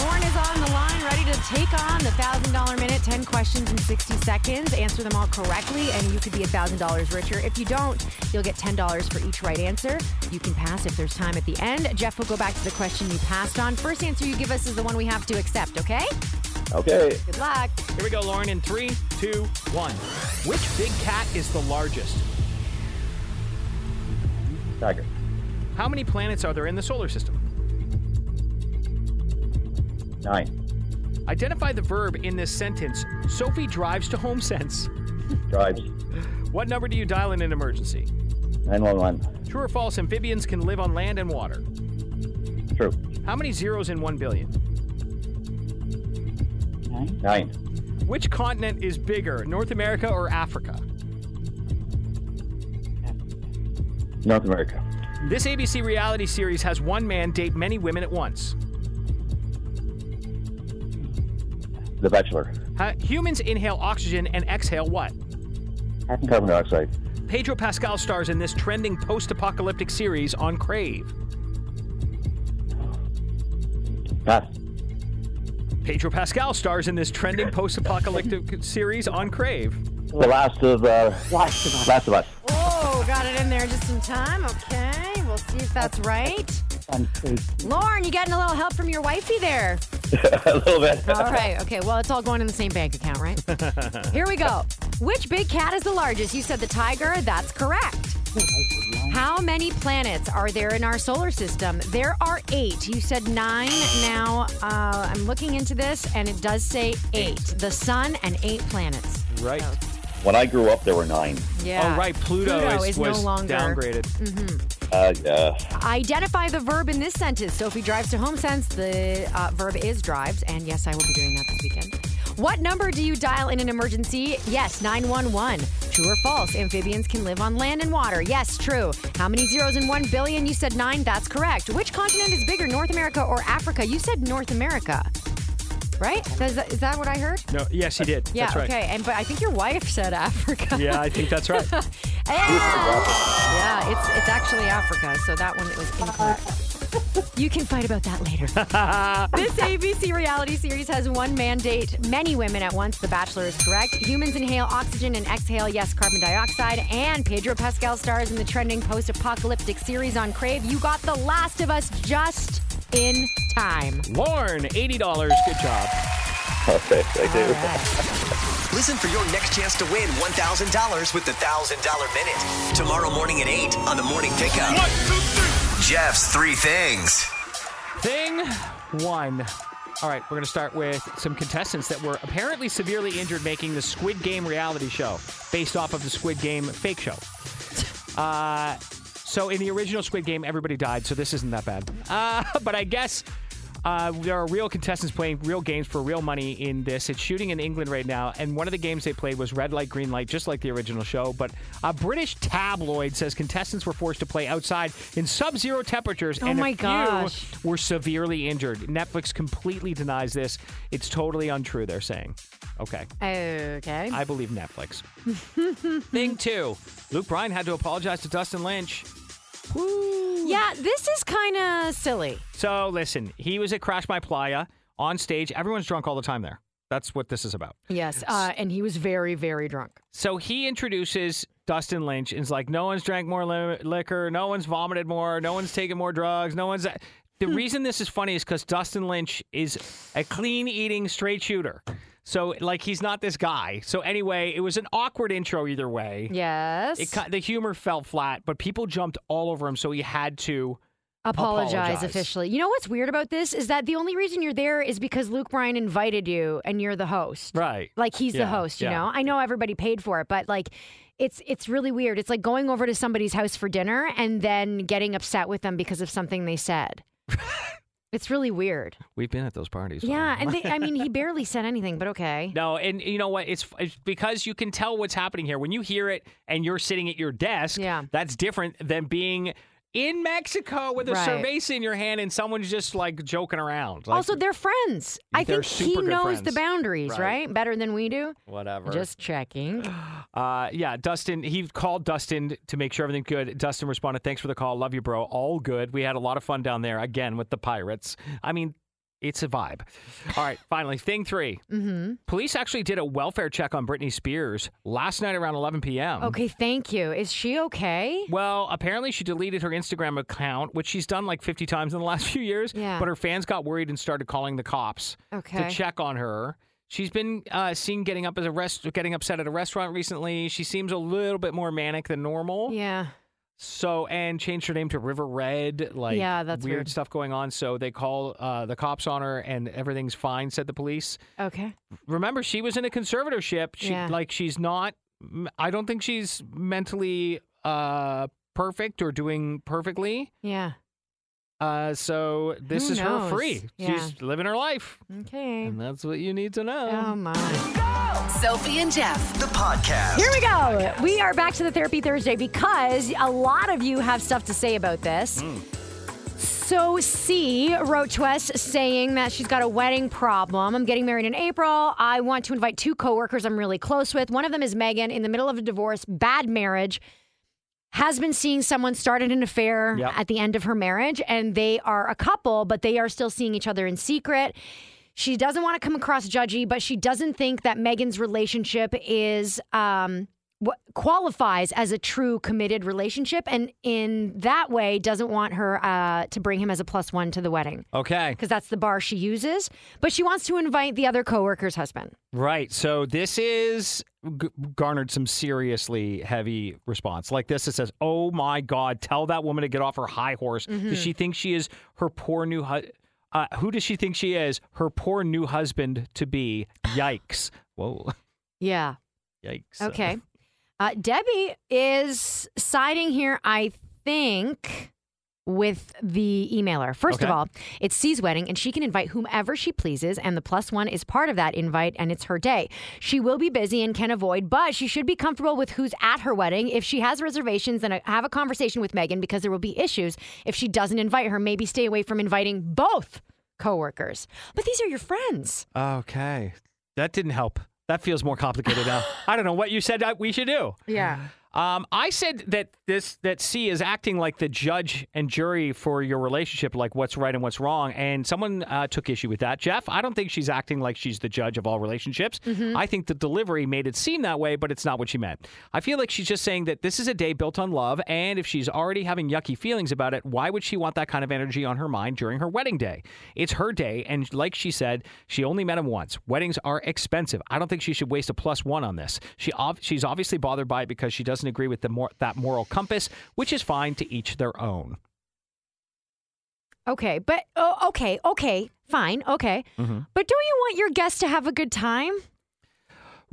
Speaker 4: Lauren is on the line, ready to take on the $1,000 minute. 10 questions in 60 seconds. Answer them all correctly, and you could be $1,000 richer. If you don't, you'll get $10 for each right answer. You can pass if there's time at the end. Jeff will go back to the question you passed on. First answer you give us is the one we have to accept, okay?
Speaker 7: Okay.
Speaker 4: Good luck.
Speaker 5: Here we go, Lauren, in three, two, one. Which big cat is the largest?
Speaker 7: Tiger.
Speaker 5: How many planets are there in the solar system?
Speaker 7: Nine.
Speaker 5: Identify the verb in this sentence. Sophie drives to HomeSense.
Speaker 7: Drives.
Speaker 5: What number do you dial in an emergency?
Speaker 7: 911.
Speaker 5: True or false, amphibians can live on land and water.
Speaker 7: True.
Speaker 5: How many zeros in 1 billion?
Speaker 7: Nine.
Speaker 5: Which continent is bigger, North America or Africa?
Speaker 7: North America.
Speaker 5: This ABC reality series has one man date many women at once.
Speaker 7: The Bachelor.
Speaker 5: Ha- humans inhale oxygen and exhale what?
Speaker 7: Carbon dioxide.
Speaker 5: Pedro Pascal stars in this trending post apocalyptic series on Crave.
Speaker 7: Pass.
Speaker 5: Pedro Pascal stars in this trending post apocalyptic series on Crave.
Speaker 7: The last of uh, last of us. Last of us.
Speaker 4: Oh, got it in there just in time. Okay, we'll see if that's right. Lauren, you getting a little help from your wifey there.
Speaker 7: a little bit.
Speaker 4: All right. Okay. Well, it's all going in the same bank account, right? Here we go. Which big cat is the largest? You said the tiger. That's correct. How many planets are there in our solar system? There are eight. You said nine. Now uh, I'm looking into this, and it does say eight. The sun and eight planets.
Speaker 5: Right.
Speaker 7: When I grew up, there were nine.
Speaker 4: Yeah.
Speaker 5: Oh, right. Pluto,
Speaker 4: Pluto
Speaker 5: is,
Speaker 4: is
Speaker 5: was
Speaker 4: no longer- Mm.
Speaker 5: downgraded.
Speaker 7: Uh, uh,
Speaker 4: Identify the verb in this sentence. Sophie drives to HomeSense. The uh, verb is drives, and yes, I will be doing that this weekend. What number do you dial in an emergency? Yes, 911. True or false? Amphibians can live on land and water. Yes, true. How many zeros in 1 billion? You said 9. That's correct. Which continent is bigger, North America or Africa? You said North America. Right? Is that, is that what I heard?
Speaker 5: No, yes, he did.
Speaker 4: Yeah,
Speaker 5: that's right.
Speaker 4: okay. And but I think your wife said Africa.
Speaker 5: Yeah, I think that's right.
Speaker 4: Yeah, yeah Uh, it's, it's actually Africa, so that one was incorrect. You can fight about that later. this ABC reality series has one mandate, many women at once. The Bachelor is correct. Humans inhale oxygen and exhale, yes, carbon dioxide. And Pedro Pascal stars in the trending post apocalyptic series on Crave. You got The Last of Us just in time.
Speaker 5: Lorne, $80. Good job.
Speaker 7: okay, I do.
Speaker 2: Listen for your next chance to win $1,000 with the $1,000 minute. Tomorrow morning at 8 on the morning pickup. One, two, three. Jeff's three things.
Speaker 5: Thing one. All right, we're going to start with some contestants that were apparently severely injured making the Squid Game reality show based off of the Squid Game fake show. Uh, so, in the original Squid Game, everybody died, so this isn't that bad. Uh, but I guess uh, there are real contestants playing real games for real money in this. It's shooting in England right now, and one of the games they played was red light, green light, just like the original show. But a British tabloid says contestants were forced to play outside in sub zero temperatures, and
Speaker 4: Oh my
Speaker 5: a few
Speaker 4: gosh.
Speaker 5: were severely injured. Netflix completely denies this. It's totally untrue, they're saying. Okay.
Speaker 4: Okay.
Speaker 5: I believe Netflix. Thing two Luke Bryan had to apologize to Dustin Lynch.
Speaker 4: yeah, this is kind of silly.
Speaker 5: So listen, he was at Crash My Playa on stage. Everyone's drunk all the time there. That's what this is about.
Speaker 4: Yes, uh, and he was very, very drunk.
Speaker 5: So he introduces Dustin Lynch and is like, no one's drank more li- liquor, no one's vomited more, no one's taken more drugs, no one's. The reason this is funny is because Dustin Lynch is a clean eating straight shooter. So, like, he's not this guy. So, anyway, it was an awkward intro either way.
Speaker 4: Yes.
Speaker 5: It, ki- the humor fell flat, but people jumped all over him, so he had to.
Speaker 4: apologize,
Speaker 5: Apologize.
Speaker 4: officially. You know what's weird about this is that the only reason you're there is because Luke Bryan invited you and you're the host.
Speaker 5: Right.
Speaker 4: Like he's the
Speaker 5: Yeah,
Speaker 4: host, you
Speaker 5: yeah.
Speaker 4: know. I know everybody paid for it, but like it's it's really weird. It's like going over to somebody's house for dinner and then getting upset with them because of something they said. It's really weird.
Speaker 5: We've been at those parties.
Speaker 4: Yeah, and they, I mean, he barely said anything, but okay.
Speaker 5: No, and you know what? It's, it's because you can tell what's happening here. When you hear it and you're sitting at your desk,
Speaker 4: Yeah.
Speaker 5: that's different than being in Mexico with a
Speaker 4: Right.
Speaker 5: cerveza in your hand and someone's just like joking around. Like,
Speaker 4: also, they're friends. I
Speaker 5: They're
Speaker 4: think he
Speaker 5: super good
Speaker 4: knows the
Speaker 5: friends.
Speaker 4: boundaries,
Speaker 5: Right.
Speaker 4: right. Better than we do.
Speaker 5: whatever.
Speaker 4: Just checking.
Speaker 5: Uh, yeah, Dustin, he called Dustin to make sure everything's good. Dustin responded, Thanks for the call. Love you, bro. All good. We had a lot of fun down there again with the pirates. I mean, it's a vibe. All right, finally, thing three.
Speaker 4: hmm
Speaker 5: Police actually did a welfare check on Britney Spears last night around 11 p.m.
Speaker 4: Okay, thank you. Is she okay?
Speaker 5: Well, apparently she deleted her Instagram account, which she's done like 50 times in the last few years.
Speaker 4: Yeah.
Speaker 5: But her fans got worried and started calling the cops
Speaker 4: Okay.
Speaker 5: to check on her. She's been uh, seen getting up as a rest, getting upset at a restaurant recently. She seems a little bit more manic than normal.
Speaker 4: Yeah.
Speaker 5: So and changed her name to River Red. Like
Speaker 4: Yeah, that's
Speaker 5: weird
Speaker 4: weird.
Speaker 5: stuff going on. So they call uh, the cops on her, and everything's fine, said the police.
Speaker 4: Okay.
Speaker 5: Remember, she was in a conservatorship. She
Speaker 4: Yeah.
Speaker 5: like she's not. m- I don't think she's mentally uh, perfect or doing perfectly.
Speaker 4: Yeah.
Speaker 5: Uh, so this
Speaker 4: Who
Speaker 5: is
Speaker 4: knows?
Speaker 5: her free.
Speaker 4: Yeah.
Speaker 5: She's living her life,
Speaker 4: Okay.
Speaker 5: and that's what you need to know.
Speaker 4: Oh my.
Speaker 1: Sophie and Jeff.
Speaker 2: The podcast.
Speaker 4: Here we go. We are back to the Therapy Thursday because a lot of you have stuff to say about this. So, C wrote to us saying that she's got a wedding problem. I'm getting married in April. I want to invite two coworkers I'm really close with. One of them is Megan, in the middle of a divorce, bad marriage, has been seeing someone started an affair
Speaker 5: Yep.
Speaker 4: at the end of her marriage, and they are a couple, but they are still seeing each other in secret. She doesn't want to come across judgy, but she doesn't think that Megan's relationship is um, what qualifies as a true committed relationship, and in that way, doesn't want her uh, to bring him as a plus one to the wedding
Speaker 5: Okay.
Speaker 4: because that's the bar she uses. But she wants to invite the other coworker's husband.
Speaker 5: Right. So this is g- garnered some seriously heavy response. Like this, it says, "Oh my God, tell that woman to get off her high horse. Does she think she is her poor new hu- uh, who does she think she is? Her poor new husband to be. Yikes. Whoa.
Speaker 4: Yeah.
Speaker 5: Yikes.
Speaker 4: Okay. Uh, Debbie is siding here, I think, with the emailer. First of
Speaker 5: Okay.
Speaker 4: all, it's C's wedding, and she can invite whomever she pleases, and the plus one is part of that invite, and it's her day. She will be busy and can avoid, but she should be comfortable with who's at her wedding. If she has reservations, then have a conversation with Megan because there will be issues if she doesn't invite her. Maybe stay away from inviting both coworkers. But these are your friends.
Speaker 5: Okay. That didn't help. That feels more complicated now. I don't know what you said uh, we should do.
Speaker 4: Yeah.
Speaker 5: Um, I said that this that C is acting like the judge and jury for your relationship, like what's right and what's wrong. And someone uh, took issue with that. Jeff, I don't think she's acting like she's the judge of all relationships. I think the delivery made it seem that way, but it's not what she meant. I feel like she's just saying that this is a day built on love, and if she's already having yucky feelings about it, why would she want that kind of energy on her mind during her wedding day? It's her day, and like she said, she only met him once. Weddings are expensive. I don't think she should waste a plus one on this. She ob- she's obviously bothered by it because she doesn't agree with the mor- that moral compass, which is fine to each their own.
Speaker 4: Okay, but oh, okay, okay, fine, okay.
Speaker 5: Mm-hmm.
Speaker 4: But don't you want your guests to have a good time?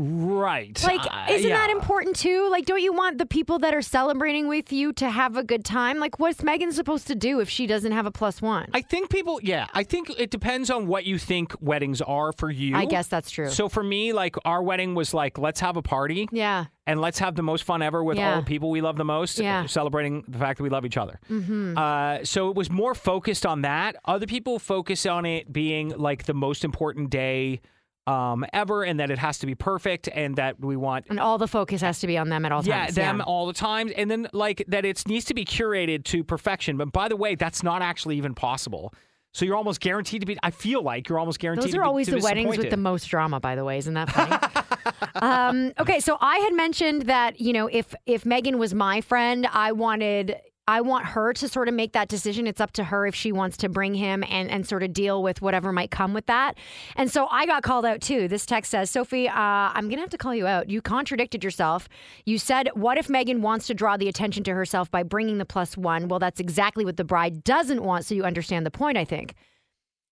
Speaker 5: Right.
Speaker 4: Like,
Speaker 5: Uh,
Speaker 4: isn't that
Speaker 5: yeah.
Speaker 4: important too? Like, don't you want the people that are celebrating with you to have a good time? Like, what's Megan supposed to do if she doesn't have a plus one?
Speaker 5: I think people, yeah, I think it depends on what you think weddings are for you.
Speaker 4: I guess that's true.
Speaker 5: So for me, like our wedding was like, let's have a party
Speaker 4: yeah,
Speaker 5: and let's have the most fun ever with
Speaker 4: Yeah.
Speaker 5: all the people we love the most,
Speaker 4: Yeah. Mm-hmm.
Speaker 5: celebrating the fact that we love each other. Uh, so it was more focused on that. Other people focus on it being like the most important day um, ever, and that it has to be perfect, and that we want
Speaker 4: and all the focus has to be on them at all
Speaker 5: yeah,
Speaker 4: times.
Speaker 5: them all the time. And then like that it needs to be curated to perfection. But by the way, that's not actually even possible. So you're almost guaranteed to be I feel like you're almost guaranteed
Speaker 4: Those
Speaker 5: to
Speaker 4: are
Speaker 5: be
Speaker 4: always
Speaker 5: to
Speaker 4: the weddings with the
Speaker 5: disappointed.
Speaker 4: most drama, by the way. Isn't that funny? um, okay, so I had mentioned that you know if if Megan was my friend, I wanted I want her to sort of make that decision. It's up to her if she wants to bring him and and sort of deal with whatever might come with that. And so I got called out too. This text says, Sophie, uh, I'm gonna have to call you out. You contradicted yourself. You said, "What if Megan wants to draw the attention to herself by bringing the plus one?" Well, that's exactly what the bride doesn't want. So you understand the point, I think.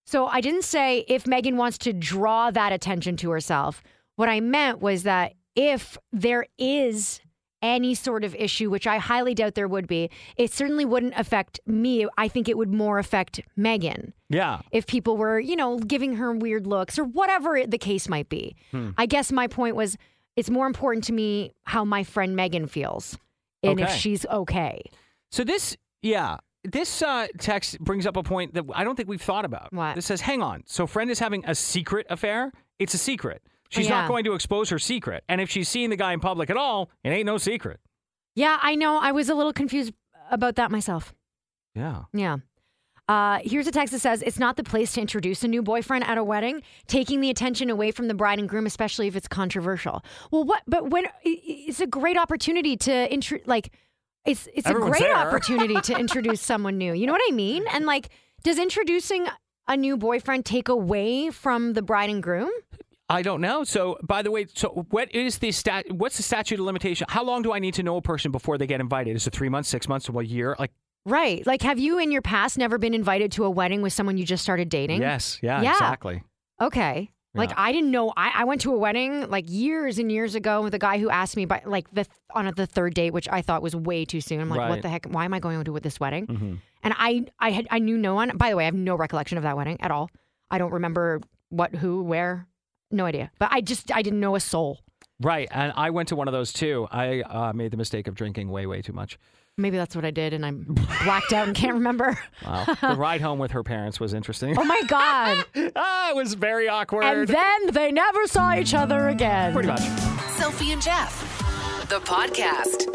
Speaker 4: So I didn't say if Megan wants to draw that attention to herself. What I meant was that if there is any sort of issue, which I highly doubt there would be, it certainly wouldn't affect me. I think it would more affect Megan
Speaker 5: Yeah.
Speaker 4: if people were, you know, giving her weird looks or whatever the case might be. I guess my point was it's more important to me how my friend Megan feels and if
Speaker 5: Okay.
Speaker 4: she's okay.
Speaker 5: So this, yeah, this uh, text brings up a point that I don't think we've thought about.
Speaker 4: What?
Speaker 5: This says, hang on. So friend is having a secret affair. It's a secret. She's
Speaker 4: yeah.
Speaker 5: not going to expose her secret. And if she's seeing the guy in public at all, it ain't no secret.
Speaker 4: Yeah, I know. I was a little confused about that myself.
Speaker 5: Yeah.
Speaker 4: Yeah. Uh, here's a text that says it's not the place to introduce a new boyfriend at a wedding, taking the attention away from the bride and groom, especially if it's controversial. Well, what? But when i- i- it's a great opportunity to intro, like it's it's
Speaker 5: Everyone's
Speaker 4: a great
Speaker 5: there.
Speaker 4: opportunity to introduce someone new. You know what I mean? And like, does introducing a new boyfriend take away from the bride and groom?
Speaker 5: I don't know. So, by the way, so what is the stat? What's the statute of limitation? How long do I need to know a person before they get invited? Is it three months, six months, or a year? Like,
Speaker 4: Right. Like, have you in your past never been invited to a wedding with someone you just started dating?
Speaker 5: yes, yeah,
Speaker 4: Yeah.
Speaker 5: exactly.
Speaker 4: Okay. Like
Speaker 5: Yeah.
Speaker 4: I didn't know. I, I went to a wedding like years and years ago with a guy who asked me by like the on the third date, which I thought was way too soon. I'm like,
Speaker 5: Right. Mm-hmm.
Speaker 4: what the heck? Why am I going to with this wedding? And I I had I knew no one. By the way, I have no recollection of that wedding at all. I don't remember what, who, where. No idea. But I just I didn't know a soul.
Speaker 5: Right. And I went to one of those too. I uh, made the mistake of drinking way, way too much.
Speaker 4: Maybe that's what I did, and I'm blacked out and can't remember.
Speaker 5: Wow. the ride home with her parents was interesting.
Speaker 4: Oh my god!
Speaker 5: ah, it was very awkward.
Speaker 4: and then they never saw each other again.
Speaker 5: Pretty much.
Speaker 1: Sophie and Jeff, the podcast.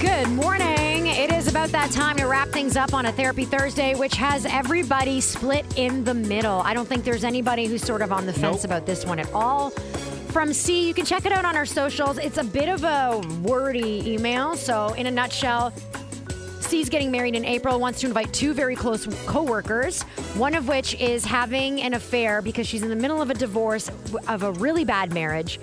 Speaker 4: Good morning. It is about that time to wrap things up on a Therapy Thursday, which has everybody split in the middle. I don't think there's anybody who's sort of on the fence about this one at all. From C, you can check it out on our socials. It's a bit of a wordy email. So, in a nutshell, C's getting married in April, wants to invite two very close coworkers, one of which is having an affair because she's in the middle of a divorce w- of a really bad marriage.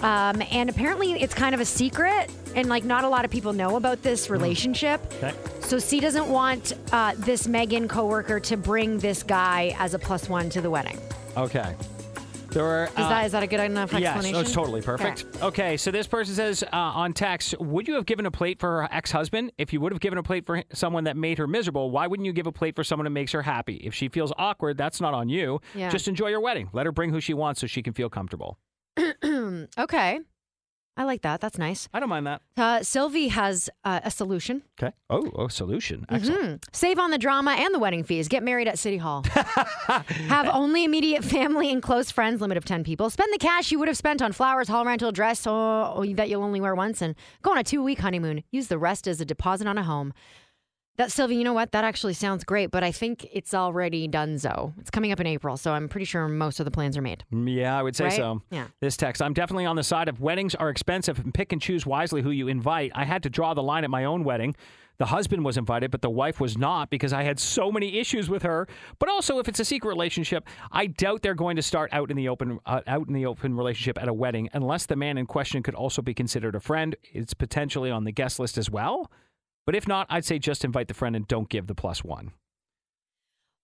Speaker 4: Um, and apparently, it's kind of a secret, and like not a lot of people know about this relationship.
Speaker 5: Hmm. Okay.
Speaker 4: So C doesn't want uh, this Megan coworker to bring this guy as a plus one to the wedding. Is
Speaker 5: Okay. There were. uh,
Speaker 4: that is that a good enough
Speaker 5: Yes,
Speaker 4: explanation?
Speaker 5: that's totally perfect.
Speaker 4: Okay.
Speaker 5: Okay. so this person says uh, on text, would you have given a plate for her ex-husband? If you would have given a plate for h- someone that made her miserable, why wouldn't you give a plate for someone that makes her happy? If she feels awkward, that's not on you.
Speaker 4: Yeah.
Speaker 5: Just enjoy your wedding. Let her bring who she wants so she can feel comfortable.
Speaker 4: okay, I like that. That's nice.
Speaker 5: I don't mind that.
Speaker 4: Uh, Sylvie has uh, a solution.
Speaker 5: Okay. Oh, oh, solution. Excellent.
Speaker 4: Hmm. Save on the drama and the wedding fees. Get married at City Hall. have only immediate family and close friends, limit of 10 people. Spend the cash you would have spent on flowers, hall rental, dress oh, that you'll only wear once, and go on a two week honeymoon. Use the rest as a deposit on a home. That, Sylvie, you know what? That actually sounds great, but I think it's already done, so. It's coming up in April, so I'm pretty sure most of the plans are made.
Speaker 5: Yeah, I would say
Speaker 4: Right?
Speaker 5: so.
Speaker 4: Yeah.
Speaker 5: This text, I'm definitely on the side of weddings are expensive and pick and choose wisely who you invite. I had to draw the line at my own wedding. The husband was invited, but the wife was not because I had so many issues with her. But also, if it's a secret relationship, I doubt they're going to start out in the open, uh, out in the open relationship at a wedding, unless the man in question could also be considered a friend. It's potentially on the guest list as well. But if not, I'd say just invite the friend and don't give the plus one.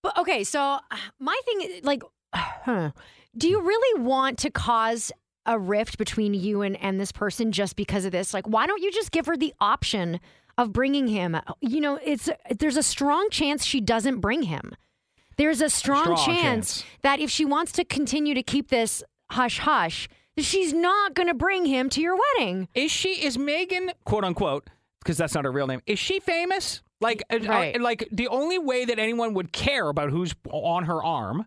Speaker 4: But okay, so uh, my thing is like, huh, do you really want to cause a rift between you and, and this person just because of this? Like, why don't you just give her the option of bringing him? Uh, You know, it's there's a strong chance she doesn't bring him. There's a strong,
Speaker 5: Strong
Speaker 4: chance,
Speaker 5: chance.
Speaker 4: that if she wants to continue to keep this hush hush, she's not going to bring him to your wedding.
Speaker 5: is she is Megan quote unquote because that's not her real name is she famous like uh,
Speaker 4: Right.
Speaker 5: uh, like the only way that anyone would care about who's on her arm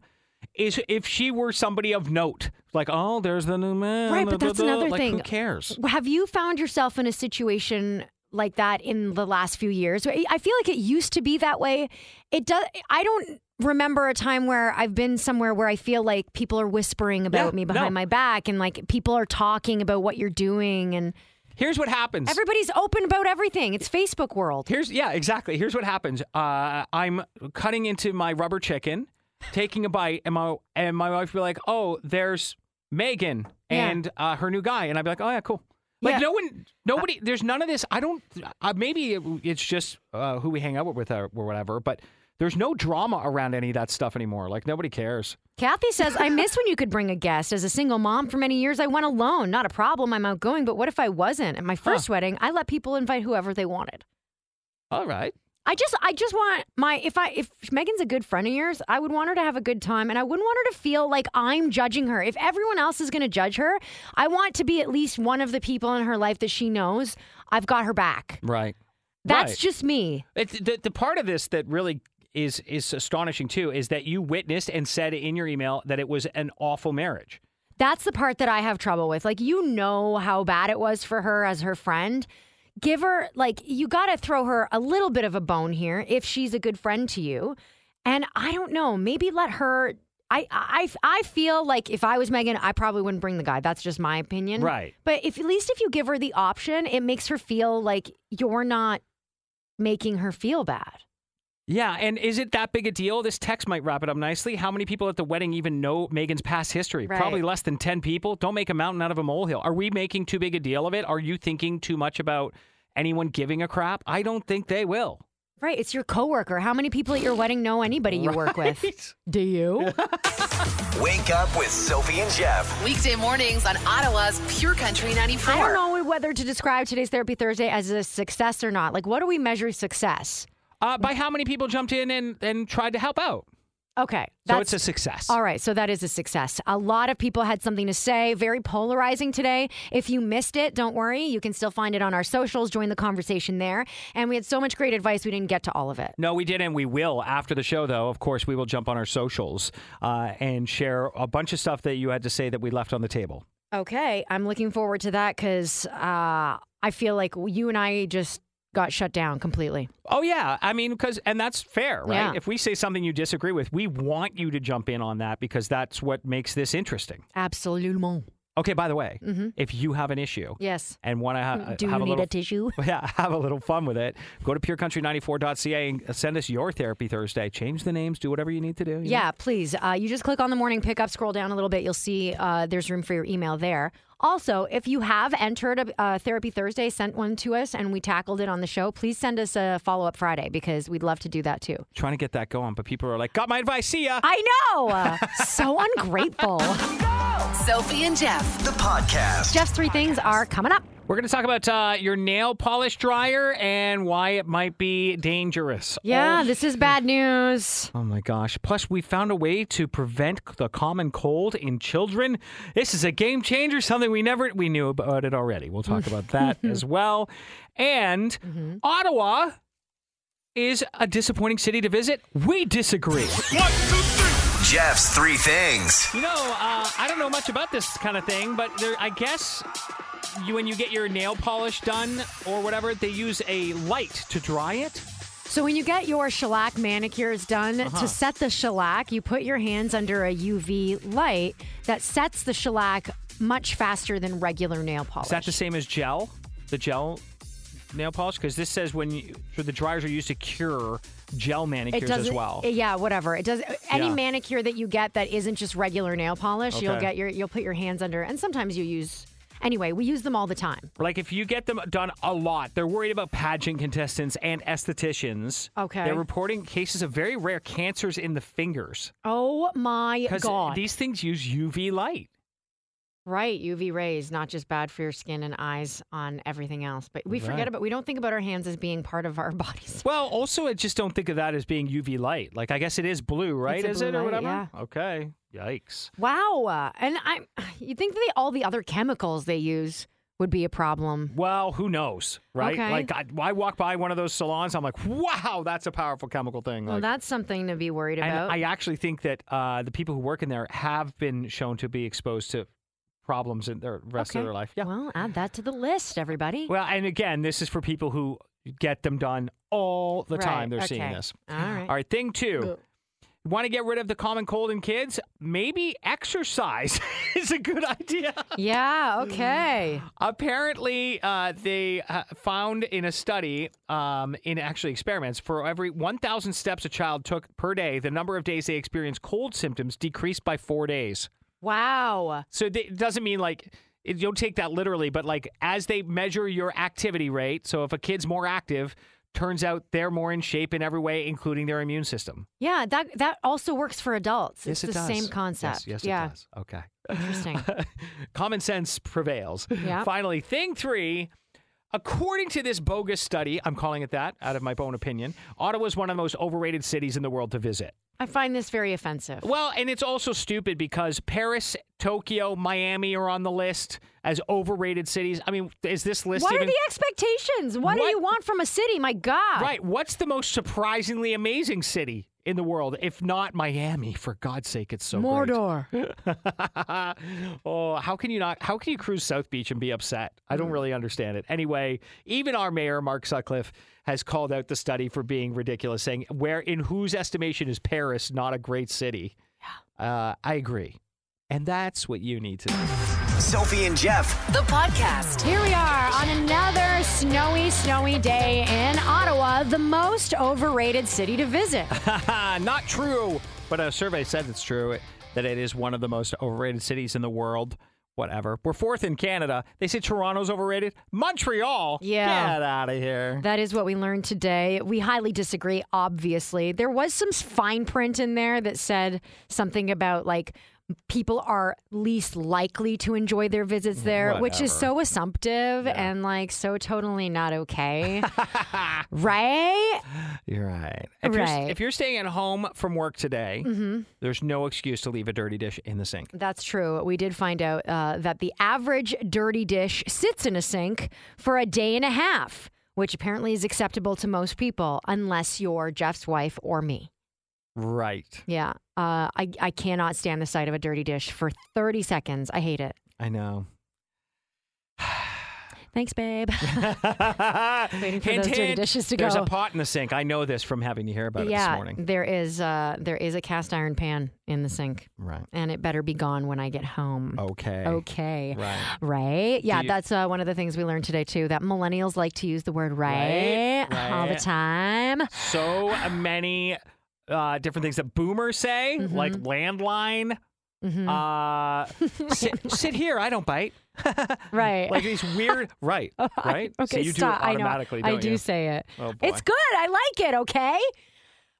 Speaker 5: is if she were somebody of note like oh there's the new man
Speaker 4: Right, but
Speaker 5: blah,
Speaker 4: that's
Speaker 5: blah, blah.
Speaker 4: another
Speaker 5: Like,
Speaker 4: thing.
Speaker 5: who cares
Speaker 4: Have you found yourself in a situation like that in the last few years? I feel like it used to be that way. It does. I don't remember a time where I've been somewhere where I feel like people are whispering about
Speaker 5: Yeah,
Speaker 4: me
Speaker 5: no.
Speaker 4: behind my back and like people are talking about what you're doing and
Speaker 5: here's what happens
Speaker 4: everybody's open about everything. It's Facebook world.
Speaker 5: Here's yeah, exactly. Here's what happens. Uh, I'm cutting into my rubber chicken, taking a bite, and my and my wife will be like, "Oh, there's Megan
Speaker 4: Yeah.
Speaker 5: and uh, her new guy," and I'd be like, "Oh yeah, cool." Like
Speaker 4: Yeah.
Speaker 5: no one, nobody. uh, there's none of this. I don't. Uh, maybe it, it's just uh, who we hang out with or whatever. But There's no drama around any of that stuff anymore. Like nobody cares.
Speaker 4: Kathy says, I miss when you could bring a guest. As a single mom for many years, I went alone. Not a problem. I'm outgoing, but what if I wasn't? At my first wedding, I let people invite whoever they wanted.
Speaker 5: All right.
Speaker 4: I just I just want my if I if Megan's a good friend of yours, I would want her to have a good time and I wouldn't want her to feel like I'm judging her. If everyone else is going to judge her, I want to be at least one of the people in her life that she knows I've got her back.
Speaker 5: Right.
Speaker 4: That's
Speaker 5: Right.
Speaker 4: just me.
Speaker 5: It's the, the part of this that really is is astonishing too is that you witnessed and said in your email that it was an awful marriage.
Speaker 4: That's the part that I have trouble with. Like, you know how bad it was for her as her friend. Give her, like, you got to throw her a little bit of a bone here if she's a good friend to you. And I don't know, maybe let her. I, I, I feel like if I was Megan, I probably wouldn't bring the guy. That's just my opinion.
Speaker 5: Right.
Speaker 4: But if at least if you give her the option, it makes her feel like you're not making her feel bad.
Speaker 5: Yeah, and is it that big a deal? This text might wrap it up nicely. How many people at the wedding even know Megan's past history?
Speaker 4: Right.
Speaker 5: Probably less than 10 people. Don't make a mountain out of a molehill. Are we making too big a deal of it? Are you thinking too much about anyone giving a crap? I don't think they will.
Speaker 4: Right. It's your coworker. How many people at your wedding know anybody you work with? Do you?
Speaker 2: Wake up with Sophie and Jeff.
Speaker 1: Weekday mornings on Ottawa's Pure Country 94.
Speaker 4: I don't know whether to describe today's Therapy Thursday as a success or not. Like, what do we measure success?
Speaker 5: Uh, by how many people jumped in and, and tried to help out?
Speaker 4: Okay.
Speaker 5: so it's a success.
Speaker 4: All right, so that is a success. A lot of people had something to say, very polarizing today. If you missed it, don't worry. You can still find it on our socials. Join the conversation there. And we had so much great advice, we didn't get to all of it.
Speaker 5: No, we didn't. We will after the show, though. Of course, we will jump on our socials uh, and share a bunch of stuff that you had to say that we left on the table.
Speaker 4: Okay, I'm looking forward to that because uh, I feel like you and I just got shut down completely.
Speaker 5: Oh yeah, I mean, because and that's fair, right?
Speaker 4: Yeah.
Speaker 5: If we say something you disagree with, we want you to jump in on that because that's what makes this interesting.
Speaker 4: Absolument.
Speaker 5: Okay, by the way, if you have an issue
Speaker 4: Yes.
Speaker 5: and want to ha-
Speaker 4: Mm-hmm. Do you
Speaker 5: have
Speaker 4: need
Speaker 5: a little
Speaker 4: a tissue?
Speaker 5: yeah, have a little fun with it. Go to purecountry94.ca and send us your therapy Thursday. Change the names, do whatever you need to do. you know?
Speaker 4: Yeah, please. Uh, you just click on the morning pickup, scroll down a little bit. You'll see uh, there's room for your email there. Also, if you have entered a uh, Therapy Thursday, sent one to us, and we tackled it on the show, please send us a follow up Friday because we'd love to do that too.
Speaker 5: Trying to get that going, but people are like, "Got my advice, see ya."
Speaker 4: I know. Uh, so ungrateful.
Speaker 1: Sophie and Jeff.
Speaker 2: The podcast.
Speaker 4: Jeff's three things are coming up.
Speaker 5: We're going to talk about uh, your nail polish dryer and why it might be dangerous.
Speaker 4: Yeah, this is bad news.
Speaker 5: Oh my gosh. Plus, we found a way to prevent the common cold in children. This is a game changer, something we never we knew about it already. We'll talk about that as well. And Ottawa is a disappointing city to visit. We disagree.
Speaker 2: Jeff's three things.
Speaker 5: You know, uh, I don't know much about this kind of thing, but there, I guess you, when you get your nail polish done or whatever, they use a light to dry it.
Speaker 4: So, when you get your shellac manicures done, to set the shellac, you put your hands under a UV light that sets the shellac much faster than regular nail polish.
Speaker 5: Is that the same as gel? The gel nail polish? Because this says when you, so the dryers are used to cure gel manicures as
Speaker 4: doesn't- eh,
Speaker 5: well.
Speaker 4: Yeah, whatever. It does any
Speaker 5: Yeah.
Speaker 4: manicure that you get that isn't just regular nail polish, you'll
Speaker 5: Okay.
Speaker 4: get your you'll put your hands under and sometimes you use anyway, we use them all the time.
Speaker 5: like if you get them done a lot, they're worried about pageant contestants and estheticians.
Speaker 4: Okay.
Speaker 5: They're reporting cases of very rare cancers in the fingers
Speaker 4: Oh my
Speaker 5: because
Speaker 4: god.
Speaker 5: these things use UV light.
Speaker 4: right, UV rays not just bad for your skin and eyes on everything else, but we forget
Speaker 5: Right.
Speaker 4: about we don't think about our hands as being part of our bodies.
Speaker 5: Well, also, I just don't think of that as being UV light. Like, I guess it is blue, right?
Speaker 4: a
Speaker 5: is
Speaker 4: blue
Speaker 5: it or
Speaker 4: light,
Speaker 5: whatever?
Speaker 4: yeah.
Speaker 5: Okay. Yikes.
Speaker 4: Wow. uh, And I you think that all the other chemicals they use would be a problem.
Speaker 5: Well, who knows, right?
Speaker 4: Okay.
Speaker 5: Like, I, I walk by one of those salons, I'm like, wow, that's a powerful chemical thing.
Speaker 4: Well,
Speaker 5: Like,
Speaker 4: that's something to be worried
Speaker 5: And
Speaker 4: about.
Speaker 5: I actually think that uh, the people who work in there have been shown to be exposed to problems in their rest
Speaker 4: Okay.
Speaker 5: of their life. Yeah. Well,
Speaker 4: Well, add that to the list, everybody.
Speaker 5: and again, this is for people who get them done all the
Speaker 4: Right,
Speaker 5: time. They're seeing
Speaker 4: okay.
Speaker 5: this.
Speaker 4: All right.
Speaker 5: All right. Thing two. Want to get rid of the common cold in kids? Maybe exercise is a good idea.
Speaker 4: Yeah, okay.
Speaker 5: Apparently, uh, they uh, found in a study, um, in actually experiments, for every 1,000 steps a child took per day, the number of days they experienced cold symptoms decreased by four days.
Speaker 4: Wow.
Speaker 5: So they- it doesn't mean like it, you don't take that literally, but like as they measure your activity rate, so if a kid's more active, turns out they're more in shape in every way, including their immune system.
Speaker 4: Yeah, that that also works for adults. It's
Speaker 5: yes, it
Speaker 4: the
Speaker 5: does.
Speaker 4: same
Speaker 5: Yes,
Speaker 4: concept.
Speaker 5: Yes,
Speaker 4: yeah.
Speaker 5: it does. Okay.
Speaker 4: Interesting.
Speaker 5: Common sense prevails.
Speaker 4: Yeah.
Speaker 5: Finally, thing three. According to this bogus study, I'm calling it that out of my own opinion, Ottawa's one of the most overrated cities in the world to visit.
Speaker 4: I find this very offensive.
Speaker 5: Well, and it's also stupid because Paris, Tokyo, Miami are on the list as overrated cities. I mean, is this list
Speaker 4: What are
Speaker 5: even
Speaker 4: the expectations? What, do
Speaker 5: What-
Speaker 4: you want from a city? My God.
Speaker 5: right? What's the most surprisingly amazing city in the world, if not Miami? For God's sake, it's so great.
Speaker 4: Mordor.
Speaker 5: oh, how can you not? How can you cruise South Beach and be upset? I don't really understand it. Anyway, even our mayor, Mark Sutcliffe, has called out the study for being ridiculous, saying, "Where in whose estimation is Paris not a great city?" Uh, I agree, and that's what you need to know.
Speaker 2: Sophie and Jeff.
Speaker 1: The podcast.
Speaker 4: Here we are on another snowy, snowy day in Ottawa, the most overrated city to visit.
Speaker 5: Ah, Not true, but a survey said it's true that it is one of the most overrated cities in the world. Whatever. We're fourth in Canada. They say Toronto's overrated. Montreal.
Speaker 4: Yeah.
Speaker 5: Get out of here.
Speaker 4: That is what we learned today. We highly disagree, obviously. There was some fine print in there that said something about like people are least likely to enjoy their visits there, which is so assumptive and like so totally not okay. right?
Speaker 5: You're right. If, You're,
Speaker 4: Right. Mm-hmm.
Speaker 5: if you're staying at home from work today, there's no excuse to leave a dirty dish in the sink.
Speaker 4: That's true. We did find out uh, that the average dirty dish sits in a sink for a day and a half, which apparently is acceptable to most people, unless you're Jeff's wife or me.
Speaker 5: Right.
Speaker 4: Yeah. Uh, I, I cannot stand the sight of a dirty dish for 30 seconds. I hate it.
Speaker 5: I know.
Speaker 4: Thanks, babe.
Speaker 5: Waiting
Speaker 4: for those dirty dishes to
Speaker 5: There's
Speaker 4: go.
Speaker 5: a pot in the sink. I know this from having to hear about it this
Speaker 4: yeah,
Speaker 5: morning.
Speaker 4: there is uh, there is a cast iron pan in the sink,
Speaker 5: Right.
Speaker 4: and it better be gone when I get home.
Speaker 5: Oh, Okay.
Speaker 4: Okay.
Speaker 5: Right.
Speaker 4: Right? Yeah,
Speaker 5: you-
Speaker 4: that's uh, one of the things we learned today too. That millennials like to use the word
Speaker 5: Right,
Speaker 4: right, all the
Speaker 5: right.
Speaker 4: time.
Speaker 5: so many uh, different things that boomers say,
Speaker 4: Mm-hmm.
Speaker 5: like landline. Uh, sit, sit here. I don't bite.
Speaker 4: Right.
Speaker 5: Like these weird. Right. Right. So
Speaker 4: okay,
Speaker 5: you
Speaker 4: stop.
Speaker 5: do it automatically.
Speaker 4: I know.
Speaker 5: Don't
Speaker 4: I do
Speaker 5: you?
Speaker 4: say it.
Speaker 5: Oh, boy.
Speaker 4: It's good. I like it. Okay.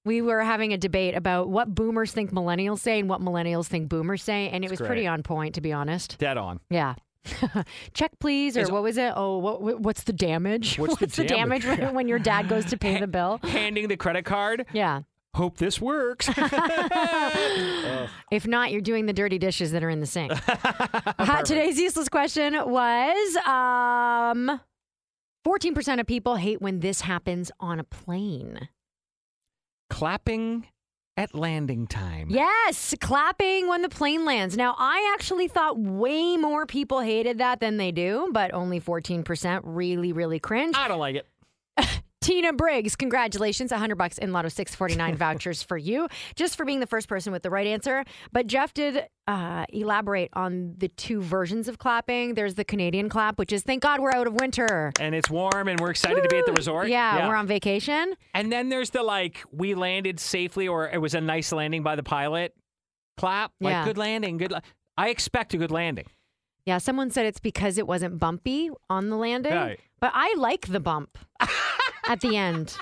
Speaker 4: We were having a debate about what boomers think millennials say and what millennials think boomers say, and it was pretty
Speaker 5: great.
Speaker 4: on point, to be honest.
Speaker 5: Dead on.
Speaker 4: Yeah. Check, please, or what was it? Oh, what, what- what's the damage?
Speaker 5: What's the damage?
Speaker 4: when- when, your dad goes to pay the bill?
Speaker 5: Handing the credit card.
Speaker 4: Yeah.
Speaker 5: Hope this works.
Speaker 4: If not, you're doing the dirty dishes that are in the sink. uh, today's useless question was um, 14% of people hate when this happens on a plane.
Speaker 5: Clapping at landing time.
Speaker 4: Yes, clapping when the plane lands. Now, I actually thought way more people hated that than they do, but only 14% really, really cringe.
Speaker 5: I don't like it.
Speaker 4: Tina Briggs, congratulations. 100 bucks in Lotto 649 vouchers for you just for being the first person with the right answer. But Jeff did uh, elaborate on the two versions of clapping. There's the Canadian clap, which is thank God we're out of winter.
Speaker 5: And it's warm, and we're excited to be at the resort.
Speaker 4: Yeah, we're on vacation.
Speaker 5: And then there's the like, we landed safely, or it was a nice landing by the pilot. Clap, like
Speaker 4: Yeah.
Speaker 5: good landing, good. la- I expect a good landing.
Speaker 4: Yeah, someone said it's because it wasn't bumpy on the landing,
Speaker 5: Right.
Speaker 4: but I like the bump at the end.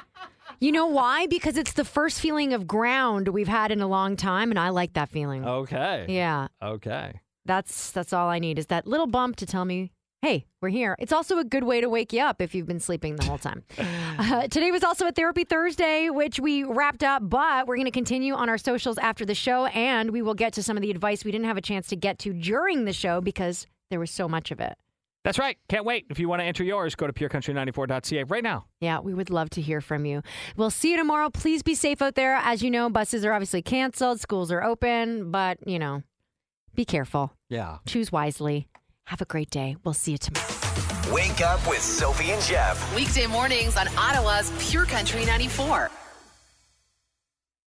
Speaker 4: You know why? Because it's the first feeling of ground we've had in a long time, and I like that feeling.
Speaker 5: Oh. Okay.
Speaker 4: Yeah,
Speaker 5: Okay.
Speaker 4: that's that's all I need is that little bump to tell me, "Hey, we're here." It's also a good way to wake you up if you've been sleeping the whole time. uh, today was also a therapy Thursday, which we wrapped up, but we're going to continue on our socials after the show, and we will get to some of the advice we didn't have a chance to get to during the show because there was so much of it.
Speaker 5: That's right. Can't wait. If you want to enter yours, go to purecountry94.ca right now.
Speaker 4: Yeah, we would love to hear from you. We'll see you tomorrow. Please be safe out there. As you know, buses are obviously canceled, schools are open, but, you know, be careful.
Speaker 5: Yeah.
Speaker 4: Choose wisely. Have a great day. We'll see you tomorrow.
Speaker 2: Wake up with Sophie and Jeff.
Speaker 1: Weekday mornings on Ottawa's Pure Country 94.